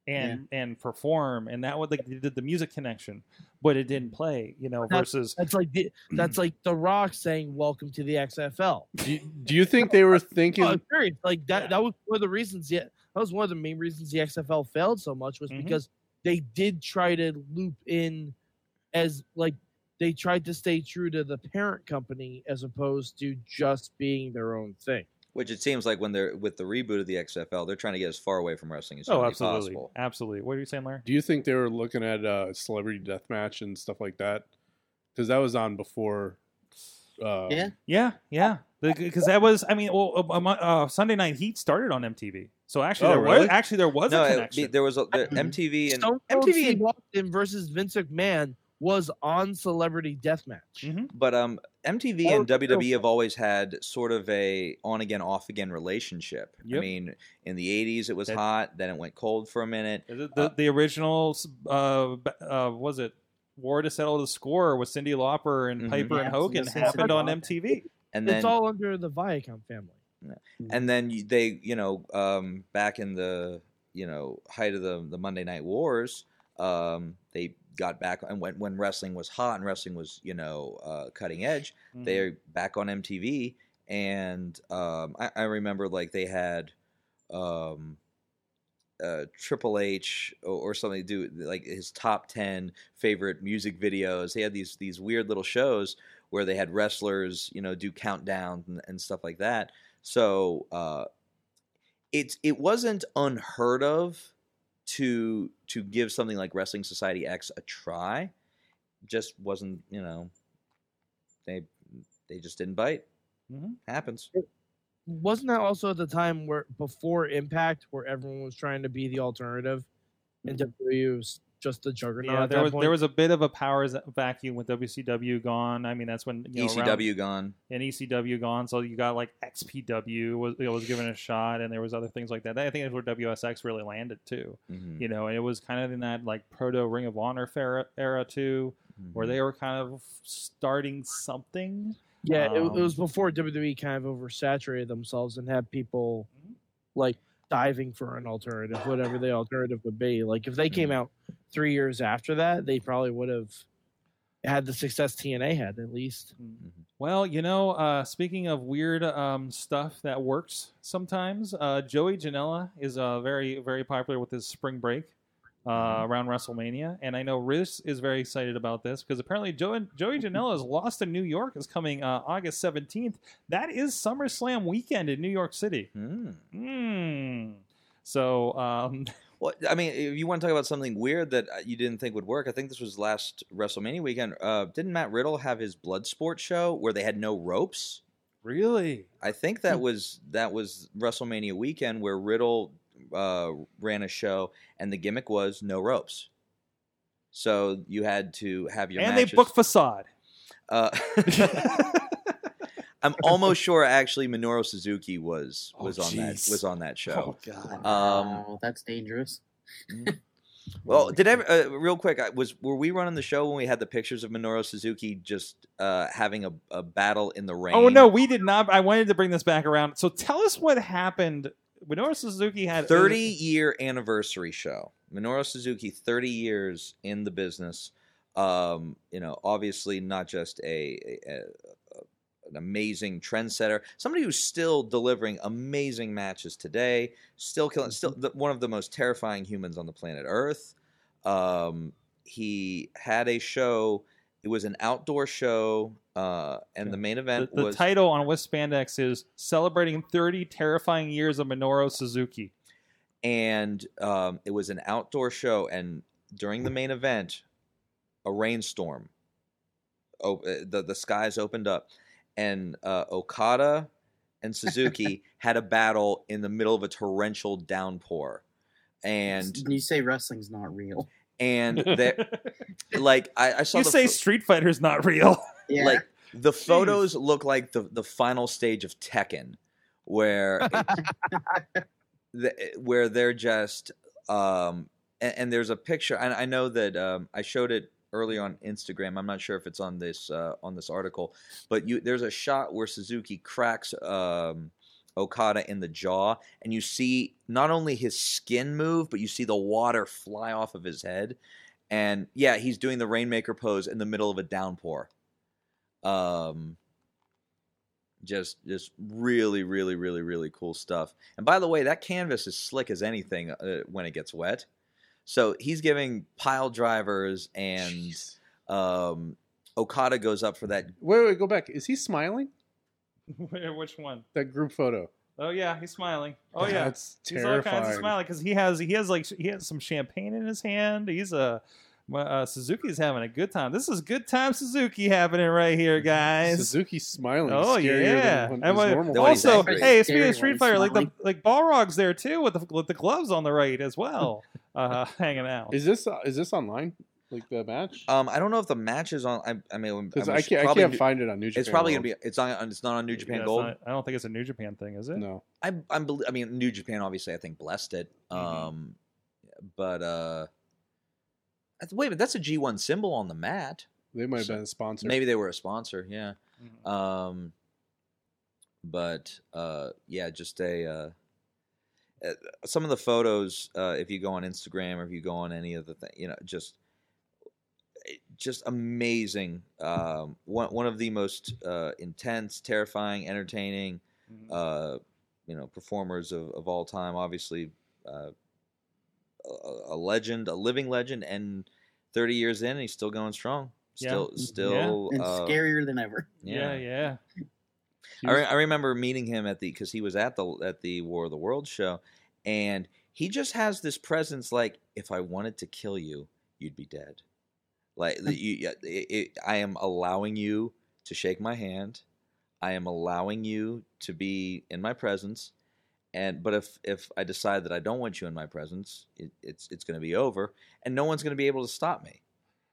and and perform and that would like they did the music connection but it didn't play you know
That's-
versus
That's like the
<clears throat>
that's like The Rock saying "Welcome to the XFL."
Do, do you think they were thinking?
Oh, serious. Like that.
Yeah.
That was one of the reasons. Yeah, that was one of the main reasons the XFL failed so much was
Mm-hmm.
Mhm.
because they did try to loop in as like they tried to stay true to the parent company as opposed to just being their own thing.
Which it seems like when they're with the reboot of the XFL, they're trying to get as far away from wrestling as humanly possible.
Oh, absolutely what are you saying larry
Do you think they were looking at uh, Celebrity Deathmatch and stuff like that? Because that was on before. Uh,
Yeah.
yeah yeah because that was i mean well um, uh, sunday night heat started on mtv so actually
Oh,
there was
really?
actually there was
No,
a
it-
connection
there was a, there,
Mhm.
MTV and
Stone Cold
MTV
Steve Austin versus Vince McMahon was on Celebrity Deathmatch.
Mhm.
But um, MTV
Oh,
and
no.
WWE have always had sort of a on again, off again relationship. I
Yep.
mean, in the '80s it was
That-
hot, then it went cold for a minute.
the, the, the original uh, b- uh was it war to settle the score with cindy lauper and
Mhm.
piper
Yeah,
and
I was
hogan
gonna say
happened
Cyndi
on
Lauper.
mtv
And
It's
then,
all under the Viacom family.
and then you- they, you know, um, back in the you know height of the the Monday Night Wars, um, they got back and when when wrestling was hot and wrestling was you know uh, cutting edge. they're back on MTV, and um, I, I remember like they had um, uh, Triple H or, or something do like his top ten favorite music videos. They had these these weird little shows where they had wrestlers, you know, do countdowns and, and stuff like that. So uh, it's it wasn't unheard of to to give something like Wrestling Society X a try. Just wasn't you know they they just didn't bite.
Mhm.
Happens.
wasn't that also at the time where before Impact, where everyone E was trying to be the alternative, and WWE was just the juggernaut.
Mm-hmm. Yeah,
at
there
that
was
point.
there was a bit of a powers vacuum with WCW gone. I mean, that's when you know, around-
ECW E gone.
and ECW gone. So you got like XPW was you know, was given a shot, and there was other things like that. I think that's where WSX really landed too.
Mhm.
You know, and it was kind of in that like proto Ring of Honor era, era too,
Mm-hmm.
where
Hmm.
they were kind of starting something.
yeah, it, it was
um,
before WWE kind of oversaturated themselves and had people
Mm-hmm.
like diving for an alternative, whatever the alternative would be. Like if they
Mm-hmm.
came out three years after that, they probably would have had the success TNA had at least.
Mm-hmm.
Well, you know, uh, speaking of weird um, stuff that works sometimes, uh, Joey Janela is uh, very, very popular with his spring break uh,
Mm-hmm.
around WrestleMania. And I know Riz is very excited about this because apparently Joey, Joey Janela is Lost in New York is coming uh, August 17th. That is SummerSlam weekend in New York City.
Mm.
Mm. So, um, <laughs>
Well, I mean, if you want to talk about something weird that uh, you didn't think would work, I think this was last WrestleMania weekend. Uh, didn't Matt Riddle have his Bloodsport show where they had no ropes?
really?
I think
Hmm.
that was that was WrestleMania weekend where Riddle uh, ran a show, and the gimmick was no ropes. So you had to have your
and
matches.
they book
<laughs>
Facade. <laughs>
Uh, <laughs>
<laughs>
I'm almost sure actually Minoru Suzuki was was on that was on that show.
Oh, God.
Um,
Wow, Oh, that's dangerous.
Well, did ever uh, real quick? I Was were we running the show when we had the pictures of Minoru Suzuki just uh, having a, a battle in the rain?
Oh no, we did not. I wanted to bring this back around. So tell us what happened. Minoru Suzuki had
thirty year anniversary show. Minoru Suzuki, thirty years in the business. Um, you know, obviously not just a, a, a an amazing trendsetter, somebody who's still delivering amazing matches today, still killing, still
Mm-hmm.
the, one of the most terrifying humans on the planet Earth. Um, he had a show. It was an outdoor show, uh, and
Yeah.
the main
The,
event
the
was
title on West Spandex is "Celebrating 30 Terrifying Years of Minoru Suzuki."
and um, it was an outdoor show. And during the main event, a rainstorm. Oh, the the skies opened up, and uh, Okada
<laughs>
and Suzuki had a battle in the middle of a torrential downpour, and
you say wrestling's not real. <laughs>
<laughs>
and that like I, I saw
you
the
say
pho-
Street Fighter's not real. <laughs>
Yeah.
like the photos look like the the final stage of Tekken, where it- the- eh, where they're just um and, and there's a picture. And I know that um, I showed it early on Instagram. I'm not sure if it's on this uh, on this article, but you there's a shot where Suzuki cracks um, Okada in the jaw, and you see not only his skin move, but you see the water fly off of his head. And yeah, he's doing the rainmaker pose in the middle of a downpour um just just really really really really cool stuff and by the way that canvas is slick as anything uh, when it gets wet so he's giving pile drivers and um okada goes up for that
Wait, wait, go back. Is he smiling?
Where- Which one?
That group photo.
Oh yeah, he's smiling. Oh yeah,
that's
he's
terrifying.
all kinds of smiling because he has he has like he has some champagne in his hand. He's a uh, Suzuki's having a good time. This is good time Suzuki happening right here, guys.
Suzuki's <laughs> smiling.
Oh
is scarier
yeah,
than
And
his
when-
normal
Then when he's
also,
angry.
hey, speaking of
Scary
Street
one,
Fighter, like the
smiling.
like Balrog's there too with the with the gloves on the right as well, <laughs> uh, hanging out.
Is this is this online? Like the match?
um i don't know if the match is on i, I mean
Because
I'm
I
sh-
can't, I
probably
can't
do-
find it on New Japan.
it's probably
World.
gonna be it's on it's not on new japan
Yeah, it's
gold
not- I don't think it's a New Japan thing, is it?
no.
I I'm bel- I mean New Japan obviously I think blessed it.
Mhm.
Mm-hmm.
Um but uh I th- wait a minute, that's a G1 symbol on the mat.
They might have
So-
been a sponsor.
Maybe they were a sponsor, yeah.
Mhm.
Um but uh yeah, just a uh uh, some of the photos uh if you go on Instagram or if you go on any of the thing, you know, just it- just amazing. Um one one of the most uh intense, terrifying, entertaining
Mhm.
uh, you know, performers of, of all time. Obviously, uh, a, a legend, a living legend, and 30 years in, he's still going strong.
Yeah.
Still,
Yeah.
still,
and
uh,
scarier than ever.
yeah,
Yeah,
yeah.
I, re- I remember meeting him at the because he was at the at the War of the World show, and he just has this presence. Like, if I wanted to kill you, you'd be dead. Like, the- you, it, it, I am allowing you to shake my hand. I am allowing you to be in my presence, and but if if I decide that I don't want you in my presence, it, it's it's going to be over, and no one's going to be able to stop me.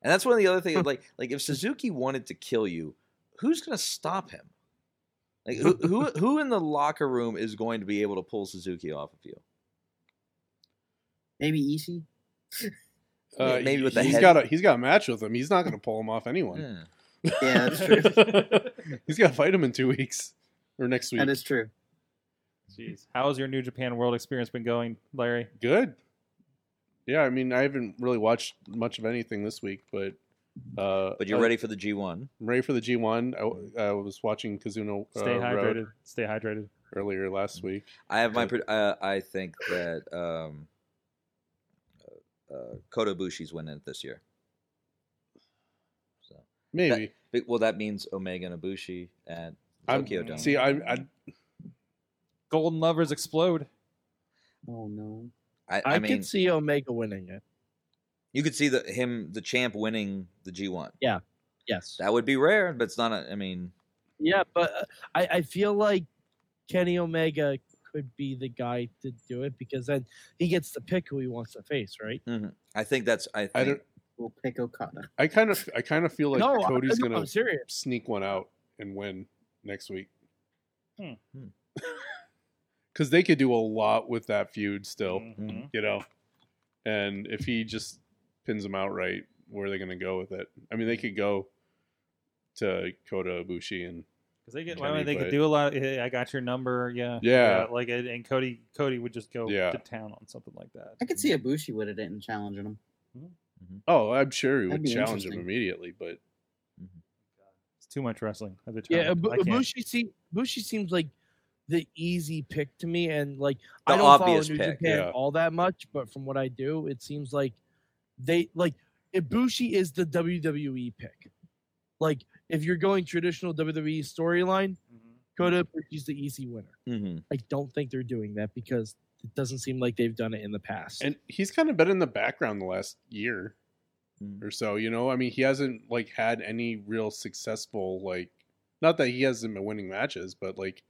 And that's one of the other things. like like if Suzuki wanted to kill you, who's going to stop him? Like who, who who in the locker room is going to be able to pull Suzuki off of you?
Maybe EC.
Uh,
Maybe with the
he's
head-
got a he's got a match with him. He's not going to pull him off anyone.
Hmm.
Yeah,
<laughs>
that's true.
he's got to fight him in two weeks or next week.
that is true.
Jeez, how's your New Japan World experience been going, Larry?
Good. Yeah, I mean, I haven't really watched much of anything this week, but uh,
But you're
I-
ready for the G one.
I'm ready for the G1. I, I was watching Kazuno uh,
Stay
Road
hydrated. Stay hydrated.
earlier last week.
I have my. pred- Uh, I think that um, uh, Kota Bushi's winning it this year. So,
Maybe
but- well, that means Omega and Ibushi at
I'm-
Tokyo Dome.
See, I, I
Golden lovers explode.
Oh no.
I,
I,
I mean,
could see Omega winning it.
you could see the him, the champ, winning the G one.
Yes.
That would be rare, but it's not. A, I mean,
Yeah, but uh, I, I feel like Kenny Omega could be the guy to do it because then he gets to pick who he wants to face, right?
I think that's. I think
I don't.
We'll pick Okada.
I kind of I kind of feel like
no,
Cody's
I, no,
gonna
I'm serious.
sneak one out and win next week.
Hmm.
<laughs>
Hmm.
Because they could do a lot with that feud still,
Mhm.
you know. And if he just pins him outright, where are they going to go with it? I mean, they could go to Kota Ibushi and
'Cause they get,
Kenny,
I mean, they
but-
could do a lot. Hey, I got your number. Yeah,
Yeah.
like and and Cody, Cody would just go
Yeah.
to town on something like that.
I could see Ibushi would have it and challenging him.
oh, I'm sure he
That'd
would
be
challenge him
interesting.
immediately. But
It's too much wrestling. as a
Yeah,
child.
Ibu-
I can't.
Ibushi, se- Ibushi seems like the easy pick to me, and like
The
I don't follow New
obvious pick,
Japan
yeah.
all that much, but from what I do, it seems like they like Ibushi is the WWE pick. Like if you're going traditional WWE storyline,
Mm-hmm.
Kota Ibushi's the easy winner.
mhm.
I don't think they're doing that because it doesn't seem like they've done it in the past.
and he's kind of been in the background the last year
Mhm.
or so. You know, I mean, he hasn't like had any real successful like. Not that he hasn't been winning matches, but like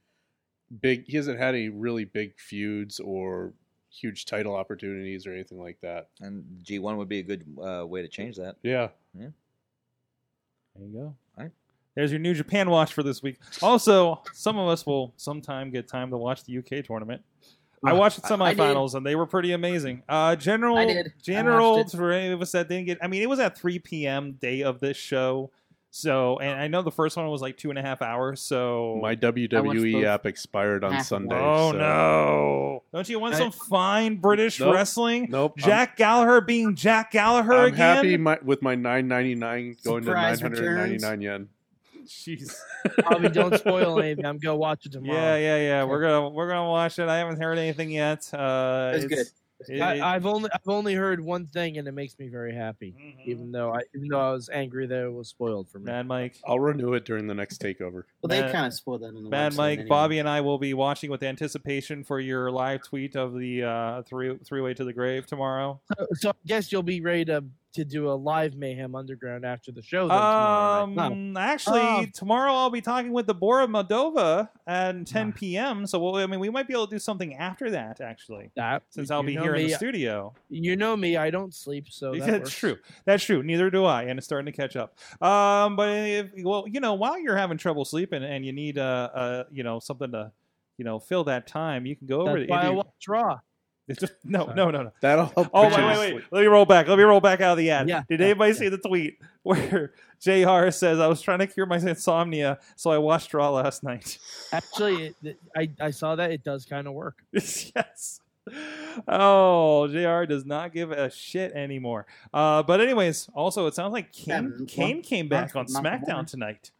big, he hasn't had any really big feuds or huge title opportunities or anything like that.
and G one would be a good uh, way to change that.
Yeah,
There you go.
All right.
There's your new Japan watch for this week. Also, some of us will sometime get time to watch the UK tournament. I watched the
I- I did.
semifinals and they were pretty amazing. Uh, general,
I did. I
general
watched it.
for any of us that didn't get. I mean, it was at 3 p.m. day of this show. So, and I know the first one was like two and a half hours. So,
my WWE
both.
app expired on
Ah.
Sunday.
oh
so-
no! Don't you want
I-
some fine British
Nope.
wrestling?
Nope. I'm-
Jack Gallagher being Jack Gallagher
I'm,
again.
happy my, with my 9.99 going to
Surprise
999 yen.
Jeez. <laughs>
Probably don't spoil anything. I'm gonna watch it tomorrow.
Yeah, yeah, yeah. We're gonna we're gonna watch it. I haven't heard anything yet. Uh,
It's good.
it- it-
I, I've only I've only heard one thing, and it makes me very happy.
Mhm.
even though I even though I was angry that it was spoiled for me.
Mad Mike,
I'll renew it during the next takeover.
Well, they
Mad-
kind of spoiled that in
Oh,
the
Mad
website
Mike,
anyway.
Bobby, and I will be watching with anticipation for your live tweet of the uh, three three way to the grave tomorrow.
So, so I guess you'll be ready to to do a live mayhem underground after the show. Then tomorrow
Um,
night. No.
actually,
Oh.
tomorrow I'll be talking with the Bora Moldova at 10 p.m. So we'll, I mean, we might be able to do something after that actually,
That
since I'll
you
be
know
here in
me,
the studio.
You know me, I don't sleep,
<laughs>
so that
That's
works.
true. That's true. Neither do I, and it's starting to catch up. Um, but if, well, you know, while you're having trouble sleeping and you need uh, uh, you know, something to, you know, fill that time, you can go over
That's
to
why I
Indie-
watch Raw.
no, no,
Sorry.
no, no.
That'll help.
Oh
put
wait,
you to
wait, wait.
sleep.
Let me roll back. Let me roll back out of the ad.
Yeah.
Did
Yeah.
anybody see the tweet <laughs> where Jr. says I was trying to cure my insomnia, so I watched Raw last night. <laughs>
Actually, it, I I saw that it does kind of work.
yes. Oh, Jr. does not give a shit anymore. Uh, but anyways, also it sounds like Kane,
Yeah,
Kane came back on
Mount- Mount Mormon.
SmackDown tonight.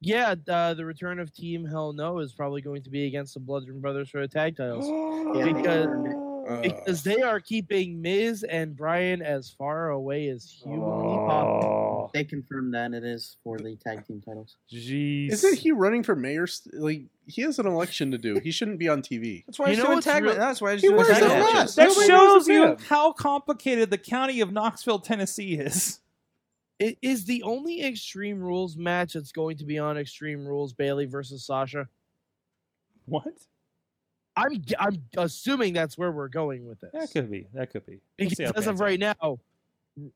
Yeah, uh, the return of Team Hell No is probably going to be against the Bludgeon Brothers for the tag titles
<gasps>
Yeah, they
because-
earned it.
uh,
because they are keeping Miz and Bryan as far away as humanly possible.
Oh,
they confirmed that it is for the tag team titles.
jeez.
Isn't he running for mayor? st- Like he has an election to do. He shouldn't be
<laughs>
on TV.
That's why
You
he's
know
doing
what's
tag.
real-
that's why he's
He
doing
wears
tag
a
matches.
mask.
That
Nobody
shows
knows
you
him.
how complicated the county of Knoxville, Tennessee is. <laughs>
It is the only Extreme Rules match that's going to be on Extreme Rules Bailey versus Sasha.
What?
I'm g- I'm assuming that's where we're going with this.
That could be. That could be. We'll see
because
how it
as of
pans out.
right now,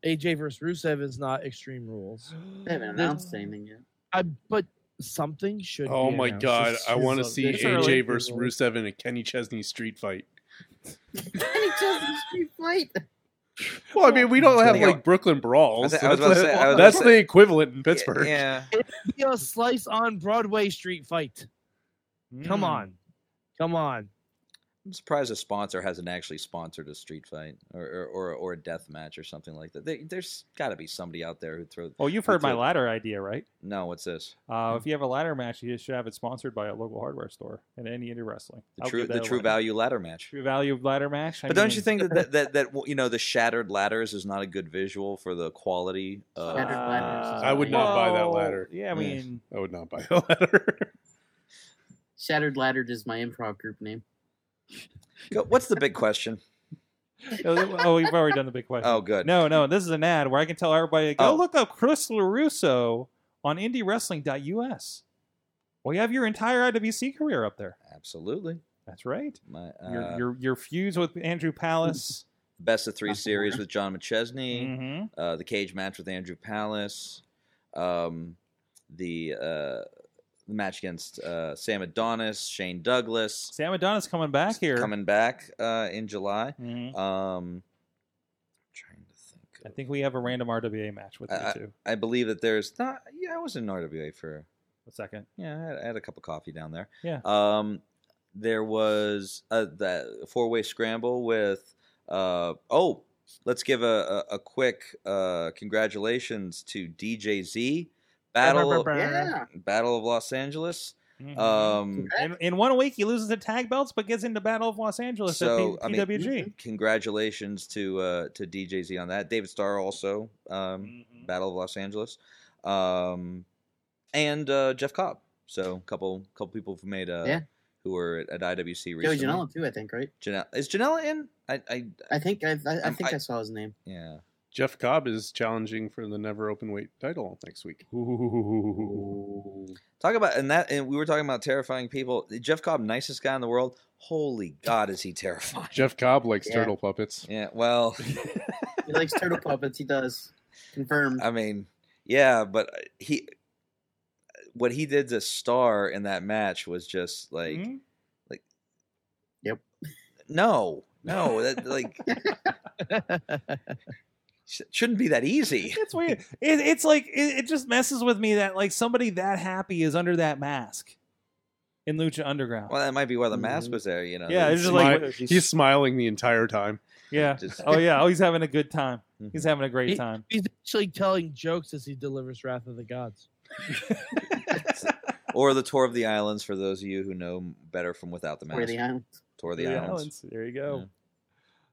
AJ versus Rusev is not Extreme Rules.
They haven't announced anything yet.
I, but something should.
Oh
be
my
announced.
god,
It's-
I
it's
want to
a-
see
it's
AJ
early.
<laughs>
versus Rusev in a Kenny Chesney street fight.
Kenny Chesney Street Fight.
Well, I mean, we don't have
Yeah.
like Brooklyn brawls.
I was- I was
That's
about to say- I was
that's
about to
the
say-
equivalent in Pittsburgh.
Yeah.
<laughs> Be a slice on Broadway street fight. Come
Hmm.
Mm.
on, come on. <laughs>
I'm surprised a sponsor hasn't actually sponsored a street fight or or, or, or a death match or something like that. There, there's got to be somebody out there who throw.
Oh, you've heard my
That's it.
ladder idea, right?
No, what's this?
Uh, if you have a ladder match, you should have it sponsored by a local hardware store and any indie wrestling.
The
I'll
true
give that
the
a
true
ladder.
value ladder match.
True value of ladder match. I
But don't you
mean,
<laughs> think that that,
<laughs>
that that you know the shattered ladders is not a good visual for the quality? Of,
Shattered ladders is
I would not buy that
well,
ladder.
Yeah, I
Yeah.
mean,
I would not buy the latter.
Shattered Ladder is my improv group name.
<laughs> Go- What's the
<laughs>
big question?
oh, we've already done the big question.
Oh, good.
No, no, this is an ad where I can tell everybody go
Oh.
look up Chris LaRusso on indiewrestling.us. Well, you have your entire IWC career up there.
Absolutely.
That's right.
My uh,
Your your your feuds with Andrew Palace.
best of
<laughs>
three
Not the
series
winner.
with John McChesney.
hmm
uh, the cage match with Andrew Palace, um, the uh, the match against uh, Sam Adonis, Shane Douglas
Sam Adonis coming back here.
coming back uh, in July.
Mhm.
Um, trying to think.
I think we have a random RWA match with
I-
you two.
I believe that there's not. Yeah, I was in RWA for.
A second.
Yeah, I had, I had a cup of coffee down there.
Yeah.
Um, there was uh that four way scramble with. Uh, oh, let's give a, a, a quick uh, congratulations to DJZ. Battle,
Yeah.
Battle of Los Angeles.
Mhm.
Um,
in, in one week, he loses the tag belts, but gets into Battle of Los Angeles
So,
at
I
P-
mean-
PWG.
congratulations to uh, to DJZ on that. David Starr also um,
Mm-hmm.
Mhm.
Battle of Los Angeles, um, and uh, Jeff Cobb. So a couple couple people who've made uh,
Yeah.
who were at, at IWC
Joey
recently.
Janela too, I think, right?
Janela is Janela in? I, I
I think I, I, I
Um,
think
I-
I saw his name.
yeah.
<laughs> Jeff Cobb is challenging for the never open weight title next week.
Talk about and that and we were talking about terrifying people. Jeff Cobb, nicest guy in the world. Holy God, is he
<laughs>
terrifying?
Jeff Cobb likes
Yeah.
turtle puppets.
Yeah. Well.
He likes turtle puppets. He does. Confirmed.
I mean, yeah, but he what he did to Star in that match was just like
Mhm.
no, no, that like sh- shouldn't be that easy.
It's weird.
<laughs>
It, it's like it, it just messes with me that like somebody that happy is under that mask in Lucha Underground.
Well, that might be why the mask
Mhm.
was there, you know.
Yeah, it's
it's
just like-
Smi- he's smiling the entire time.
<laughs>
yeah.
just-
<laughs> Oh yeah. Oh, he's having a good time. He's
Mhm.
having a great
He-
time.
He's actually telling jokes as he delivers Wrath of the Gods.
or the tour of the islands for those of you who know better from without the mask.
Where the island?
tour of the,
The
islands.
islands. There you go.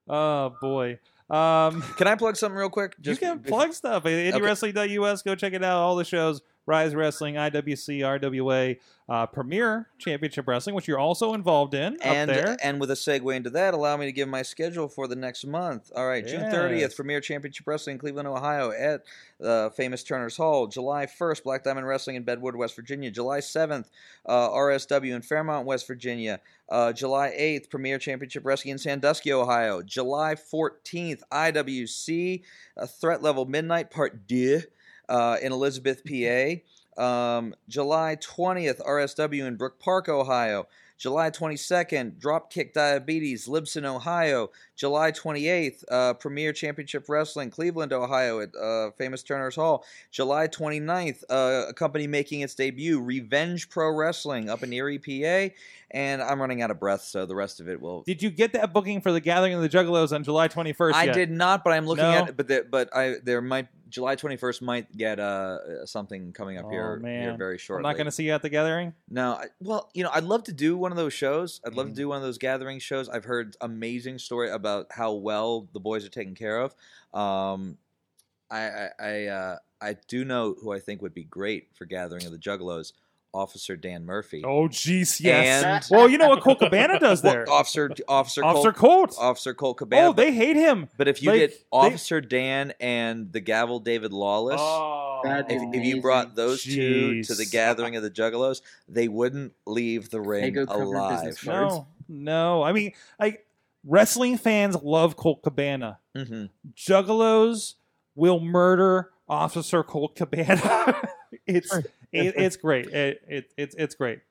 Oh boy. Um,
Can I plug something real quick?
you can
bef-
plug stuff. IndieWrestling.us. Go check it out. All the shows. Rise Wrestling, IWC, RWA, uh, Premier Championship Wrestling, which you're also involved in
and
up there.
and with a segue into that, allow me to give my schedule for the next month. All right, June
Yes.
thirtieth, Premier Championship Wrestling in Cleveland, Ohio, at uh, famous Turner's Hall. July first, Black Diamond Wrestling in Bedwood, West Virginia. July seventh, uh, RSW in Fairmont, West Virginia. Uh, July eighth, Premier Championship Wrestling in Sandusky, Ohio. July fourteenth, IWC uh, Threat Level Midnight Part D uh, in Elizabeth, PA. Um, July 20th, RSW in Brook Park, Ohio. July 22nd, Dropkick Diabetes, Libsyn, Ohio. July 28th, uh, Premier Championship Wrestling, Cleveland, Ohio, at uh, Famous Turner's Hall. July 29th, uh, a company making its debut, Revenge Pro Wrestling, up in Erie, PA. And I'm running out of breath, so the rest of it will.
Did you get that booking for the Gathering of the Juggalos on July 21st?
I
yet?
did not, but I'm looking
No?
at, but the, but I there might July 21st might get uh something coming up
Oh,
here, here
man.
very
I'm
shortly.
not going to see you at the Gathering.
No, I, well, you know, I'd love to do one of those shows. I'd
Mm-hmm.
love to do one of those gathering shows. I've heard amazing story about how well the boys are taken care of. Um, I I I, uh, I do know who I think would be great for gathering of the Juggalos, Officer Dan Murphy.
Oh, jeez,
And-
well, you know what Colt Cabana does
Well,
there.
Officer Officer
Officer
Colt,
Colt.
Officer Colt Cabana.
Oh, they hate him.
but if you
like, they-
get Officer Dan and the Gavel David Lawless.
Oh,
That
If,
is
if you
amazing.
brought those two to the
Jeez.
gathering of the Juggalos, they wouldn't leave the ring
go cover business
alive.
cards.
no, No, I mean, like wrestling fans love Colt Cabana.
Mm-hmm.
Juggalos will murder Officer Colt Cabana. <laughs> it's it, it's great. It, it it's it's great.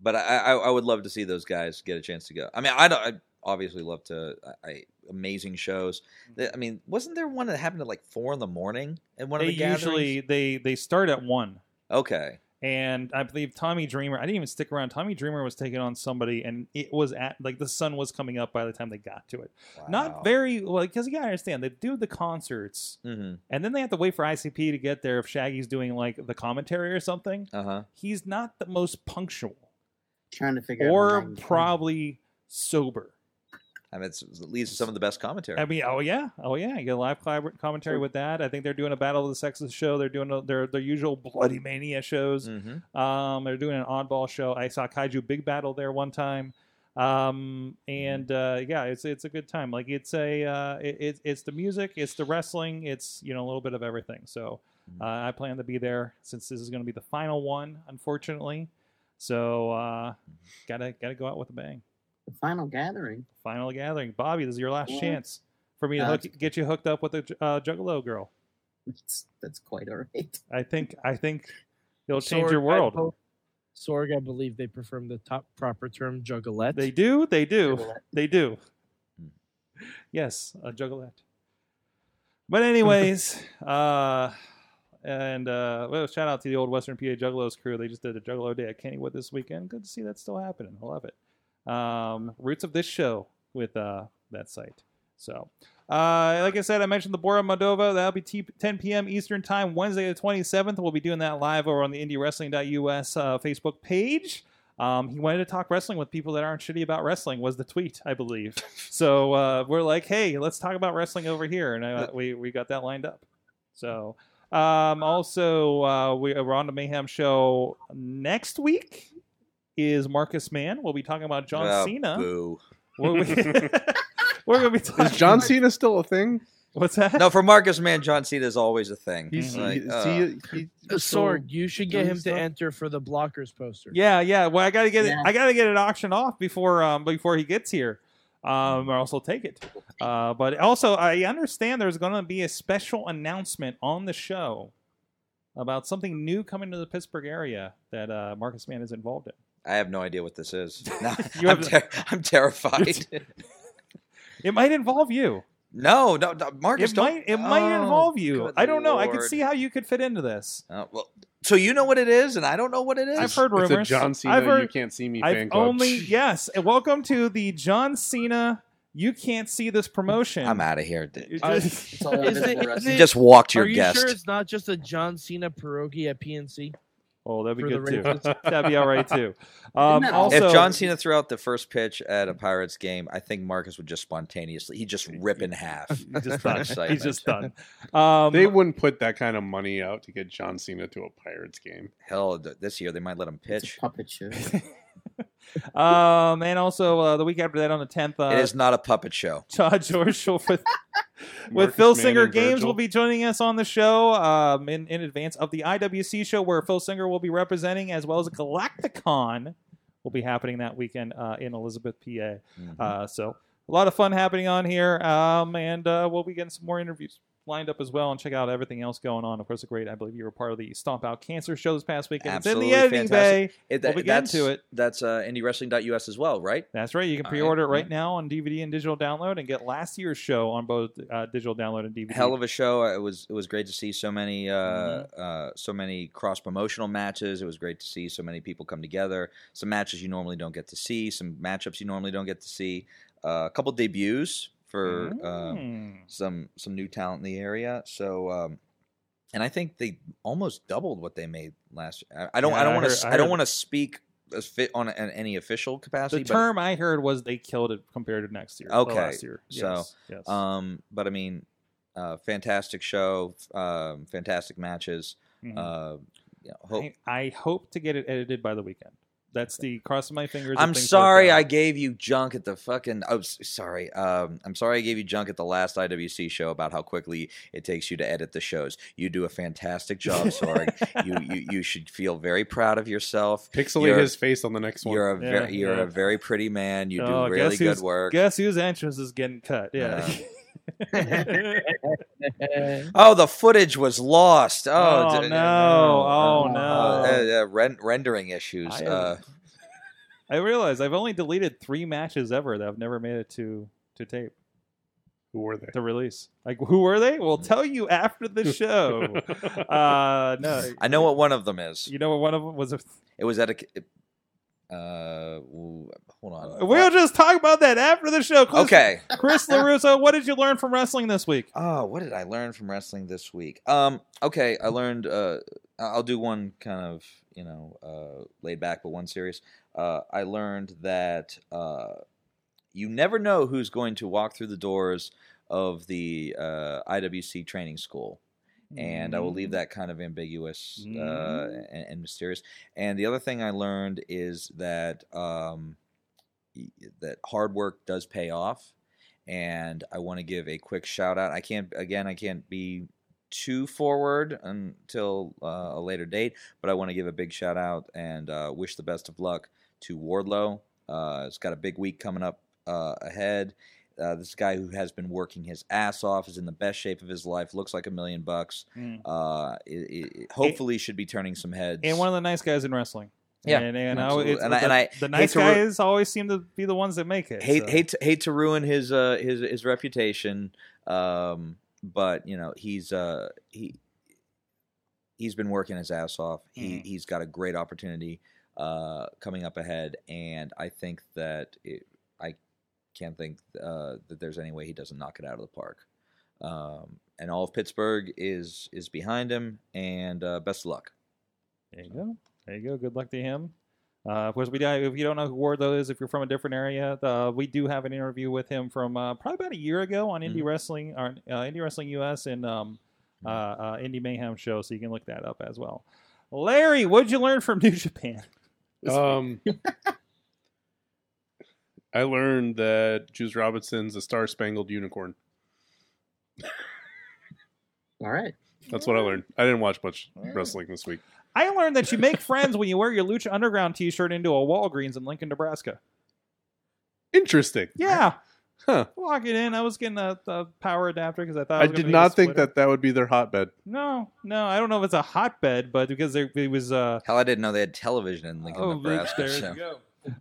But I, I I would love to see those guys get a chance to go. I mean, I don't. I obviously love to. I, I amazing shows. The- I mean, wasn't there one that happened at like four in the morning at one
They
of the gatherings?
usually they they start at one.
okay.
and I believe Tommy Dreamer. I didn't even stick around. Tommy Dreamer was taking on somebody, and it was at like the sun was coming up by the time they got to it.
Wow.
Not very well because you gotta understand they do the concerts,
Mhm.
and then they have to wait for ICP to get there if Shaggy's doing like the commentary or something.
Uh huh.
He's not the most punctual,
Trying to figure out.
or
when I'm-
probably sober.
I mean, it's, it leads to some of the best commentary.
I mean, oh yeah, oh yeah. You get live collab- commentary with that. I think they're doing a Battle of the Sexes show. They're doing their their usual Bloody Mania shows.
hmm
Um, they're doing an oddball show. I saw Kaiju Big Battle there one time. Um, and uh, yeah, it's it's a good time. Like it's a uh, it, it's- it's the music, it's the wrestling, it's you know a little bit of everything. So uh, I plan to be there since this is going to be the final one, unfortunately. So uh, gotta gotta go out with a bang.
the final gathering. <laughs>
Final gathering, Bobby. This is your last
Mm-hmm.
Yeah.
chance for me to
Uh,
hook, get you hooked up with a uh, Juggalo girl.
That's that's quite all right.
I think I think it'll change
Sorg,
your
I
world.
hope- Sorg, I believe they perform the top proper term juggalette. Uh,
They do, they do.
Juggalette.
They do.
Mm.
Hmm.
Yes, a juggalette. But anyways, <laughs> uh and uh well, shout out to the old Western PA Juggalos crew. They just did a Juggalo Day at Kennywood this weekend. Good to see that's still happening. I love it. Um roots of this show with uh that site. So uh, like I said, I mentioned the Bora Moldova. That'll be t- 10 p.m. Eastern Time, Wednesday the 27th. We'll be doing that live over on the IndieWrestling.us uh, Facebook page. Um, he wanted to talk wrestling with people that aren't shitty about wrestling was the tweet, I
<laughs>
believe. So uh, we're like, hey, let's talk about wrestling over here, and uh, we we got that lined up. So um, also, uh, we, we're on the Mayhem show next week. Is Marcus Mann? We'll be talking about John
Ah,
Cena.
Boo.
We'll be- <laughs> we're gonna be talking.
Is John Cena still a thing?
What's that?
No, for Marcus, man, John Cena is always a thing.
He's
Like,
he-
uh,
is he- he-
Uh,
still
Sorg, you should get
doing
him to
stuff?
enter for the blockers poster.
Yeah, yeah. Well, I gotta get it.
Yeah.
I gotta get it auctioned off before um before he gets here, um, or else he'll take it. Uh, but also, I understand there's gonna be a special announcement on the show about something new coming to the Pittsburgh area that uh, Marcus Mann is involved in.
I have no idea what
<laughs>
this is. No,
You
I'm,
have-
ter- I'm terrified.
It might involve you.
<laughs> no, no, no, Marcus,
It
don't-
might. It might
Oh,
involve you.
good
I don't know. I could
lord.
see how you could fit into this.
Oh, well, so you know what it is, and I don't know what it is.
I've heard
it's
rumors.
a John Cena.
I've heard,
you can't see me fan
I've
club.
only
<laughs>
yes. And welcome to the John Cena. You can't see this promotion.
I'm out of here. D-
<laughs> It
Uh,
just-
It's all
Is it-
invisible
is
You
wrestling.
it-
just walked your
Are you
guest.
sure it's not just a John Cena pierogi at PNC?
<laughs> Oh, that'd be
for
good
the
too.
Ravens.
That'd
<laughs>
be all right too. Um,
that
also,
awesome?
<laughs>
if John Cena threw out the first pitch at a Pirates game, I think Marcus would just spontaneously he'd just rip in half.
he's just
from
done.
excitement.
He's just done. Um,
They wouldn't put that kind of money out to get John Cena to a Pirates game.
Hell, th- this year they might let him
It's
pitch.
a puppet show.
<laughs> um, and also uh, the week after that on the tenth, uh,
it is not a puppet show.
<laughs> Todd Georgel with with
Marcus
Phil
Mann
Singer
and
Games will
Virgil.
be joining us on the show um, in in advance of the IWC show where Phil Singer will be representing, as well as Galacticon will be happening that weekend uh, in Elizabeth, PA.
Mhm.
Uh, so a lot of fun happening on here, um, and uh, we'll be getting some more interviews lined up as well, and check out everything else going on. Of course, a great. I believe you were part of the Stomp Out Cancer show this past weekend. it's in
Absolutely
the editing
fantastic.
bay.
It,
we'll be getting
that's,
to it. Mm-hmm.
That's uh, indiewrestling.us as well, right?
That's right. You can
All right.
pre-order it right
Yeah.
now on DVD and digital download, and get last year's show on both uh, digital download and DVD.
Hell of a show. Uh, It was it was great to see so many uh, uh, so many cross promotional matches. It was great to see so many people come together. Some matches you normally don't get to see. Some matchups you normally don't get to see. Uh, a couple debuts for um,
Mm.
some some new talent in the area. So, um, and I think they almost doubled what they made last. Year. I, I don't.
Yeah,
I
I
don't want
heard-
to.
I
I, don't
heard-
want to speak as fit on a, any official capacity.
The term I heard was they killed it compared to next year. uh,
Okay,
last year.
so,
Yes, yes.
But, um, but I mean, uh, fantastic show. Um, fantastic matches.
Mhm.
Uh, you know, hope,
I, I hope to get it edited by the weekend. That's the cross of my fingers.
I'm sorry I gave you junk at the fucking. Oh, s- sorry. Um, I'm sorry I gave you junk at the last IWC show about how quickly it takes you to edit the shows. You do a fantastic
<laughs>
job, Sorg. you, you you should feel very proud of yourself.
Pixelate
You're-
his face on the next one.
You're a
Yeah,
very, you're
yeah.
a very pretty man. You
Oh,
do really
guess
good
who's-
work.
Guess whose entrance is getting cut? Yeah. <laughs>
Oh, the footage was lost. Oh,
Oh,
d-
no. Oh, no.
Uh, uh, ren- rendering issues.
I-
Uh,
I realize I've only deleted three matches ever that I've never made it to to tape
Who were
<laughs>
they?
to release. Like who were they? We'll tell you after the show. uh, no,
I know what one of them is.
you know what? One of them was a.
It was at a. Uh, ooh, hold on.
Uh, We'll just talk about that after the show. Chris,
okay.
Chris Larusso, what did you learn from wrestling this week?
Oh, what did I learn from wrestling this week? Um, okay, I learned. Uh, I'll do one kind of you know uh, laid back, but one serious. Uh, I learned that uh, you never know who's going to walk through the doors of the uh, IWC training school, and I will leave that kind of ambiguous uh,
Mm.
and, and mysterious. And the other thing I learned is that um, y- that hard work does pay off. And I want to give a quick shout out. I can't again. I can't be too forward until uh, a later date, but I want to give a big shout out and uh, wish the best of luck to Wardlow. Uh, it's got a big week coming up uh, ahead. Uh, this guy who has been working his ass off is in the best shape of his life. Looks like a million bucks.
Mm.
Uh, it, it, hopefully, should be turning some heads.
and one of the nice guys in wrestling.
Yeah,
and, and, I,
absolutely.
it's,
And I-
the,
and I
the
hate
nice
to ru-
guys always seem to be the ones that make it.
hate
so.
hate to, hate to ruin his uh his his reputation um but you know he's uh he he's been working his ass off he
Mhm.
he's got a great opportunity uh coming up ahead and i think that it, i can't think uh that there's any way he doesn't knock it out of the park um and all of pittsburgh is is behind him and uh best of luck
There you go. There you go. Good luck to him. Uh, of course, we don't- if you don't know who Wardlow is, if you're from a different area, uh, we do have an interview with him from uh, probably about a year ago on Indie
Mm-hmm.
Mhm.
Wrestling, or, uh, Indie Wrestling US, and um, uh,
Mhm.
uh, Indie Mayhem show. So you can look that up as well. Larry, what'd you learn from New Japan?
Um, <laughs> I learned that Juice Robinson's a star spangled unicorn.
All right.
That's what I learned. I didn't watch much wrestling this week.
I learned that you
<laughs>
make friends when you wear your Lucha Underground T-shirt into a Walgreens in Lincoln, Nebraska.
Interesting.
Yeah,
Huh.
walking in, I was getting a, a power adapter because I thought
I
was gonna
did
be a
not think
splitter.
that that would be their hotbed.
No, no, I don't know if it's a hotbed, but because there, it was uh,
hell i didn't know they had television in lincoln
Oh,
nebraska
there you
so.
go.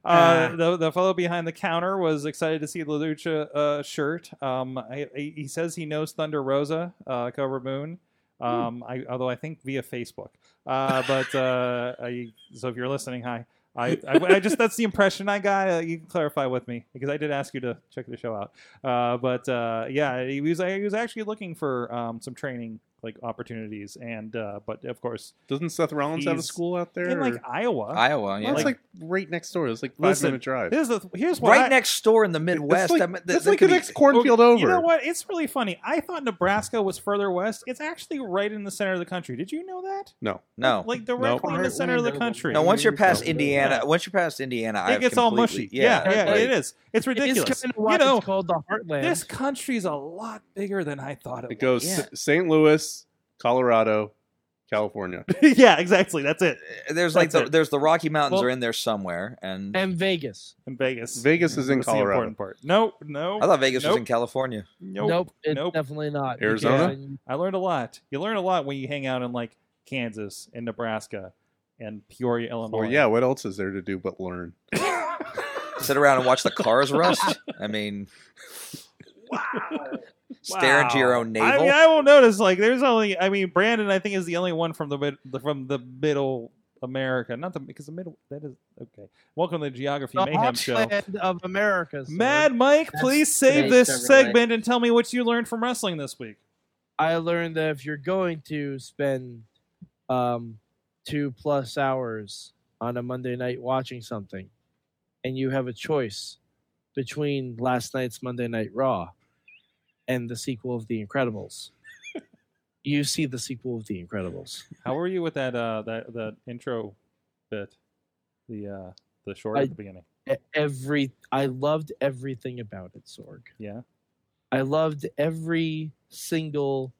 Uh, the the fellow behind the counter was excited to see the Lucha uh, shirt. Um, I, I, he says he knows Thunder Rosa, uh, Cobra Moon.
Hmm.
Um, I, although I think via Facebook. Uh, but uh, <laughs> I, so if you're listening, hi. I, I, I just that's the impression I got. Uh, you can clarify with me because I did ask you to check the show out. Uh, but uh, yeah, he was he was actually looking for um, some training like opportunities, and uh, but of course
Doesn't Seth Rollins have a
He's-
school out there?
in like
or-
Iowa.
iowa yeah
Well, it's
like-
like, right next door. It's like five
Listen,
minute drive.
here's the here's what
right
I-
next door in the Midwest.
It's like,
I mean, that-
it's
that
like the
could be-
next cornfield over.
You know what? It's really funny. I thought Nebraska was further west. It's actually right in the center of the country. Did you know that?
No,
No,
Like directly in the
Nope.
center of the country.
no. Once you're past
Yeah.
Indiana, once you're past Indiana,
it
I've
gets all
completely-
mushy. Yeah, yeah,
like,
it is. It's ridiculous.
It's kind of
you
why
know,
it's called the Heartland.
this country's a lot bigger than I thought it,
it goes <laughs>
Yeah.
S- St. Louis, Colorado, California.
was. <laughs> yeah, exactly. That's it.
There's like
That's
the,
it.
there's the Rocky Mountains
Well-
are in there somewhere, and
and Vegas.
In Vegas.
Vegas is in
That's the
Colorado.
important part. No, no.
I thought Vegas was
Nope.
in California.
nope.
nope, it's
nope.
definitely not.
Arizona?
Yeah.
I learned a lot. You learn a lot when you hang out in like Kansas and Nebraska and Peoria, Illinois.
Well, yeah. What else is there to do but learn?
Sit around and watch the cars rust.
<laughs>
I mean, wow. Stare into your
Wow.
own navel.
I mean, I won't notice. Like, there's only. I mean, Brandon, I think, is the only one from the mid, the- from the middle America, not the because the middle. That is okay. Welcome to the Geography
The
Mayhem Show.
Heartland of America. sir.
Mad Mike,
That's
please save
today's
this
Chevrolet.
segment and tell me what you learned from wrestling this week.
I learned that if you're going to spend um, two plus hours on a Monday night watching something, and you have a choice between last night's Monday Night Raw and the sequel of The Incredibles, <laughs> you see the sequel of The Incredibles.
How were you with that uh that that intro bit? the uh, the short
I-
at the beginning.
E- Every I loved everything about it, Sorg.
Yeah.
I loved every single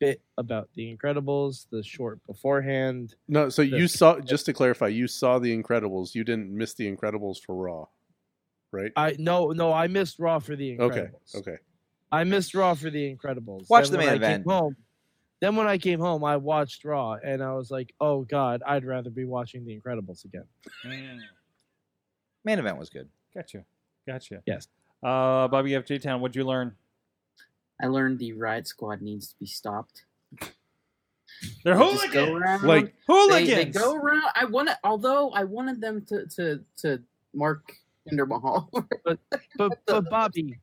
bit about The Incredibles, the short beforehand.
No, so
Yeah.
you saw just to clarify, you saw The Incredibles. You didn't miss The Incredibles for Raw, right?
I no no I missed Raw for The Incredibles.
okay, okay.
I missed Raw for The Incredibles.
Watch the
when
main
I came
event.
Home, then when I came home, I watched Raw, and I was like, "Oh God, I'd rather be watching The Incredibles again."
Mm.
Main event was good.
Gotcha. Gotcha.
Yes.
Uh, Bobby FJ Town, what'd you learn?
I learned the riot squad needs to be stopped.
They're
They just go
hooligans.
around-
Like
they, they
Hooligans.
go around. I wanted, although I wanted them to to to mark Jinder Mahal. <laughs>
But but Bobby,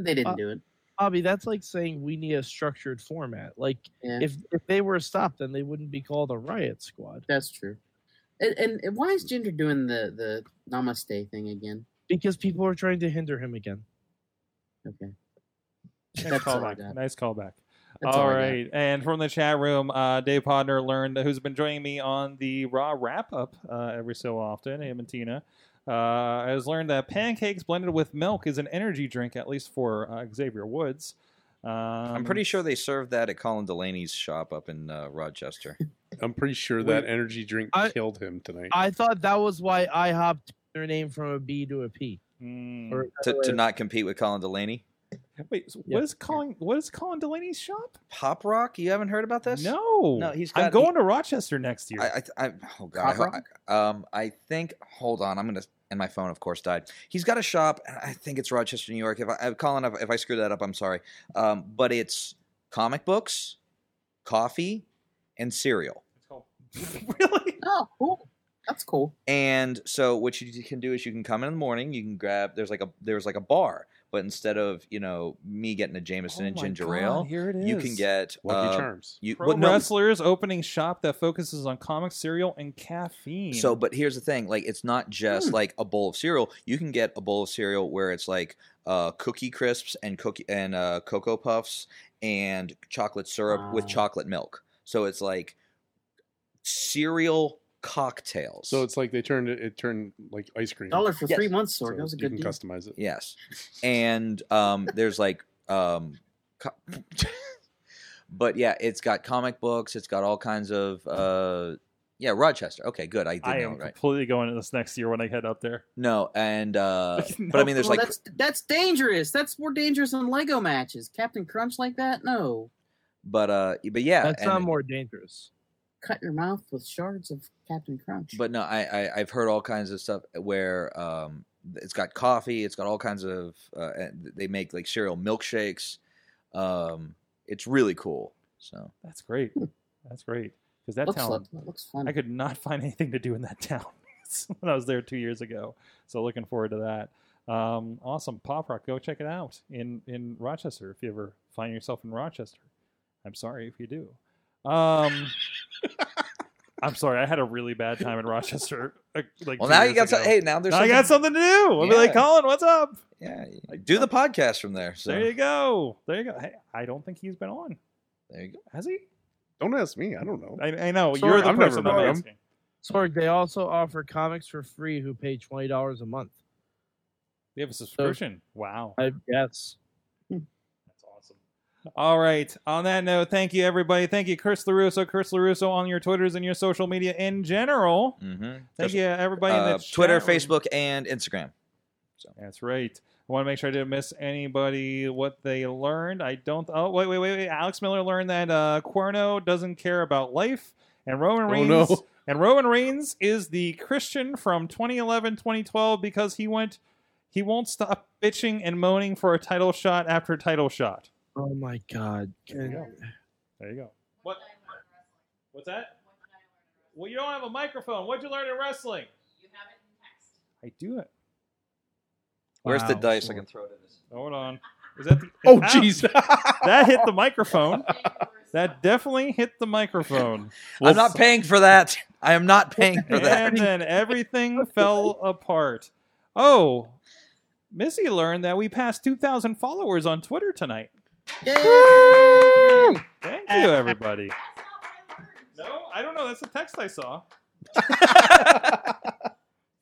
they didn't
Uh,
do it.
Bobby, that's like saying we need a structured format. Like
Yeah,
if if they were stopped, then they wouldn't be called a riot squad
that's true. And, and, and why is Jinder doing the the Namaste thing again?
because people are trying to hinder him again.
Okay,
Nice
That's all I
callback.
got.
Nice callback.
That's
all
I got.
right. And from the chat room, uh, Dave Podner learned who's been joining me on the Raw wrap up uh, every so often, him and Tina. Uh, has learned that pancakes blended with milk is an energy drink, at least for uh, Xavier Woods. Um,
I'm pretty sure they served that at Colin Delaney's shop up in uh,
<laughs>
Rochester.
I'm pretty sure that
Wait.
energy drink
I-
killed him tonight.
I thought that was why I hopped their name from a B to a P.
Mm.
Or-
to, to not compete with Colin Delaney.
Wait, so
Yeah.
what is Colin? What is Colin Delaney's shop?
Pop Rock? You haven't heard about this?
No,
No, he's
I'm
got-
going to Rochester next year.
I, I, I oh god, I,
Pop
ho- I- um, I think. Hold on, I'm gonna. And my phone, of course, died. He's got a shop. and I think it's Rochester, New York. If I, I Colin, if, if I screw that up, I'm sorry. Um, but it's comic books, coffee, and cereal.
<laughs> really?
Oh, cool. That's cool.
And so what you can do is you can come in the morning, you can grab there's like a there's like a bar, but instead of, you know, me getting a Jameson
Oh
and
my
ginger
God,
ale,
Here it is.
you can get
Lucky
uh,
Charms.
you
pro
well, no,
wrestlers opening shop that focuses on comic cereal and caffeine.
So, but here's the thing: like, it's not just
Hmm.
like a bowl of cereal. You can get a bowl of cereal where it's like uh, cookie crisps and cookie and uh, cocoa puffs and chocolate syrup with
Wow.
chocolate milk. So it's like cereal cocktails.
So it's like they turned it. It turned like ice cream.
Dollar for
Yes.
three months,
So
Sorg. That was a
you
good
can
deal.
customize it.
yes, and um, there's like, um, co- <laughs> but yeah, it's got comic books. It's got all kinds of uh, yeah, Rochester. Okay, good. I did
I
know
am
it right.
completely going to this next year when I head up there.
No,
<laughs>
and uh, but
No.
I mean, there's
Well,
like
that's that's dangerous. That's more dangerous than Lego matches. Captain Crunch like that? No.
But uh, but yeah,
That's not
and-
more dangerous.
Cut your mouth with shards of Captain Crunch.
But no, I, I I've heard all kinds of stuff where um, it's got coffee, it's got all kinds of uh, and they make like cereal milkshakes. Um, it's really cool. So
That's great. That's great because that
Hmm. looks
town,
fun. looks fun.
I could not <laughs> find anything to do in that town <laughs> when I was there two years ago. So looking forward to that. Um, awesome, Pop Rock. Go check it out in in Rochester if you ever find yourself in Rochester. I'm sorry if you do.
<laughs>
Um, I'm sorry. I had a really bad time in Rochester. Like, like
well,
two
now you
years
got
ago.
some, hey now there's
Now I got something to do. I'll be like,
Yeah.
Colin, what's up?
yeah do the podcast from there. So
There you go. There you go. Hey, I don't think he's been on.
there you go.
Has he?
Don't ask me. I don't know.
I, I know
Sorry,
you're the
I've never
person
met
I'm
him.
asking.
Sorg, they also offer comics for free who pay twenty dollars a month.
They have a subscription. wow,
I guess.
that's awesome. All right. On that note, thank you everybody. Thank you, Chris Larusso. Chris Larusso on your Twitters and your social media in general.
Mm-hmm.
Thank you everybody. in
Uh,
the
Twitter,
chat room.
Facebook, and Instagram.
That's right. I want to make sure I didn't miss anybody what they learned. I don't. Oh wait, wait, wait, wait. Alex Miller learned that uh, Cuerno doesn't care about life, and Roman
Oh
Reigns.
no!
<laughs>
And Roman Reigns is the Christian from 2011 2012 because he went he won't stop bitching and moaning for a title shot after title shot.
Oh my god.
There you go. There you go. What? What's that? Well, you don't have a microphone. What'd you learn in wrestling? You have it in text. I do it.
Where's the
Wow.
dice? I can throw it at this.
Hold on. Is that the
Oh
Ow!
jeez!
<laughs> That hit the microphone. that definitely hit the
<laughs>
microphone.
I'm not paying for that. <laughs> I am not paying
<laughs>
for that.
and then everything fell apart. Oh, Missy learned that we passed 2,000 followers on Twitter tonight.
Yay!
Thank you, everybody.
<laughs>
No, I don't know. That's the text I saw. It's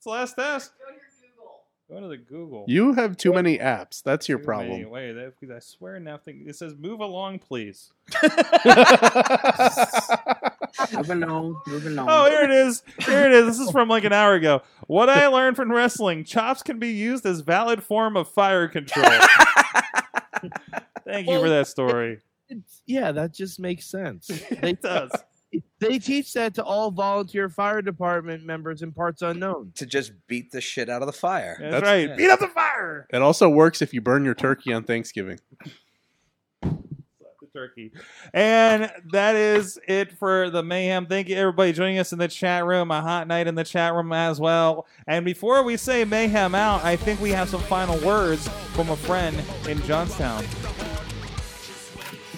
the last test. Go to the Google.
You have too many apps. That's your
Too
problem.
many- Wait, that, I swear nothing. It says move along, please.
Moving on, moving on.
Oh, here it is. Here it is. This is from like an hour ago. What <laughs> I learned from wrestling: chops can be used as valid form of fire <laughs> control. Thank you for that story.
It's- yeah, that just makes sense. <laughs> They,
It does.
they teach that to all volunteer fire department members in parts unknown.
to just beat the shit out of the fire.
That's,
That's-
right.
yeah.
Beat up the fire.
<laughs> It also works if you burn your turkey on Thanksgiving.
the turkey. And that is it for the mayhem. Thank you everybody joining us in the chat room. A hot night in the chat room as well. And before we say mayhem out, I think we have some final words from a friend in Johnstown.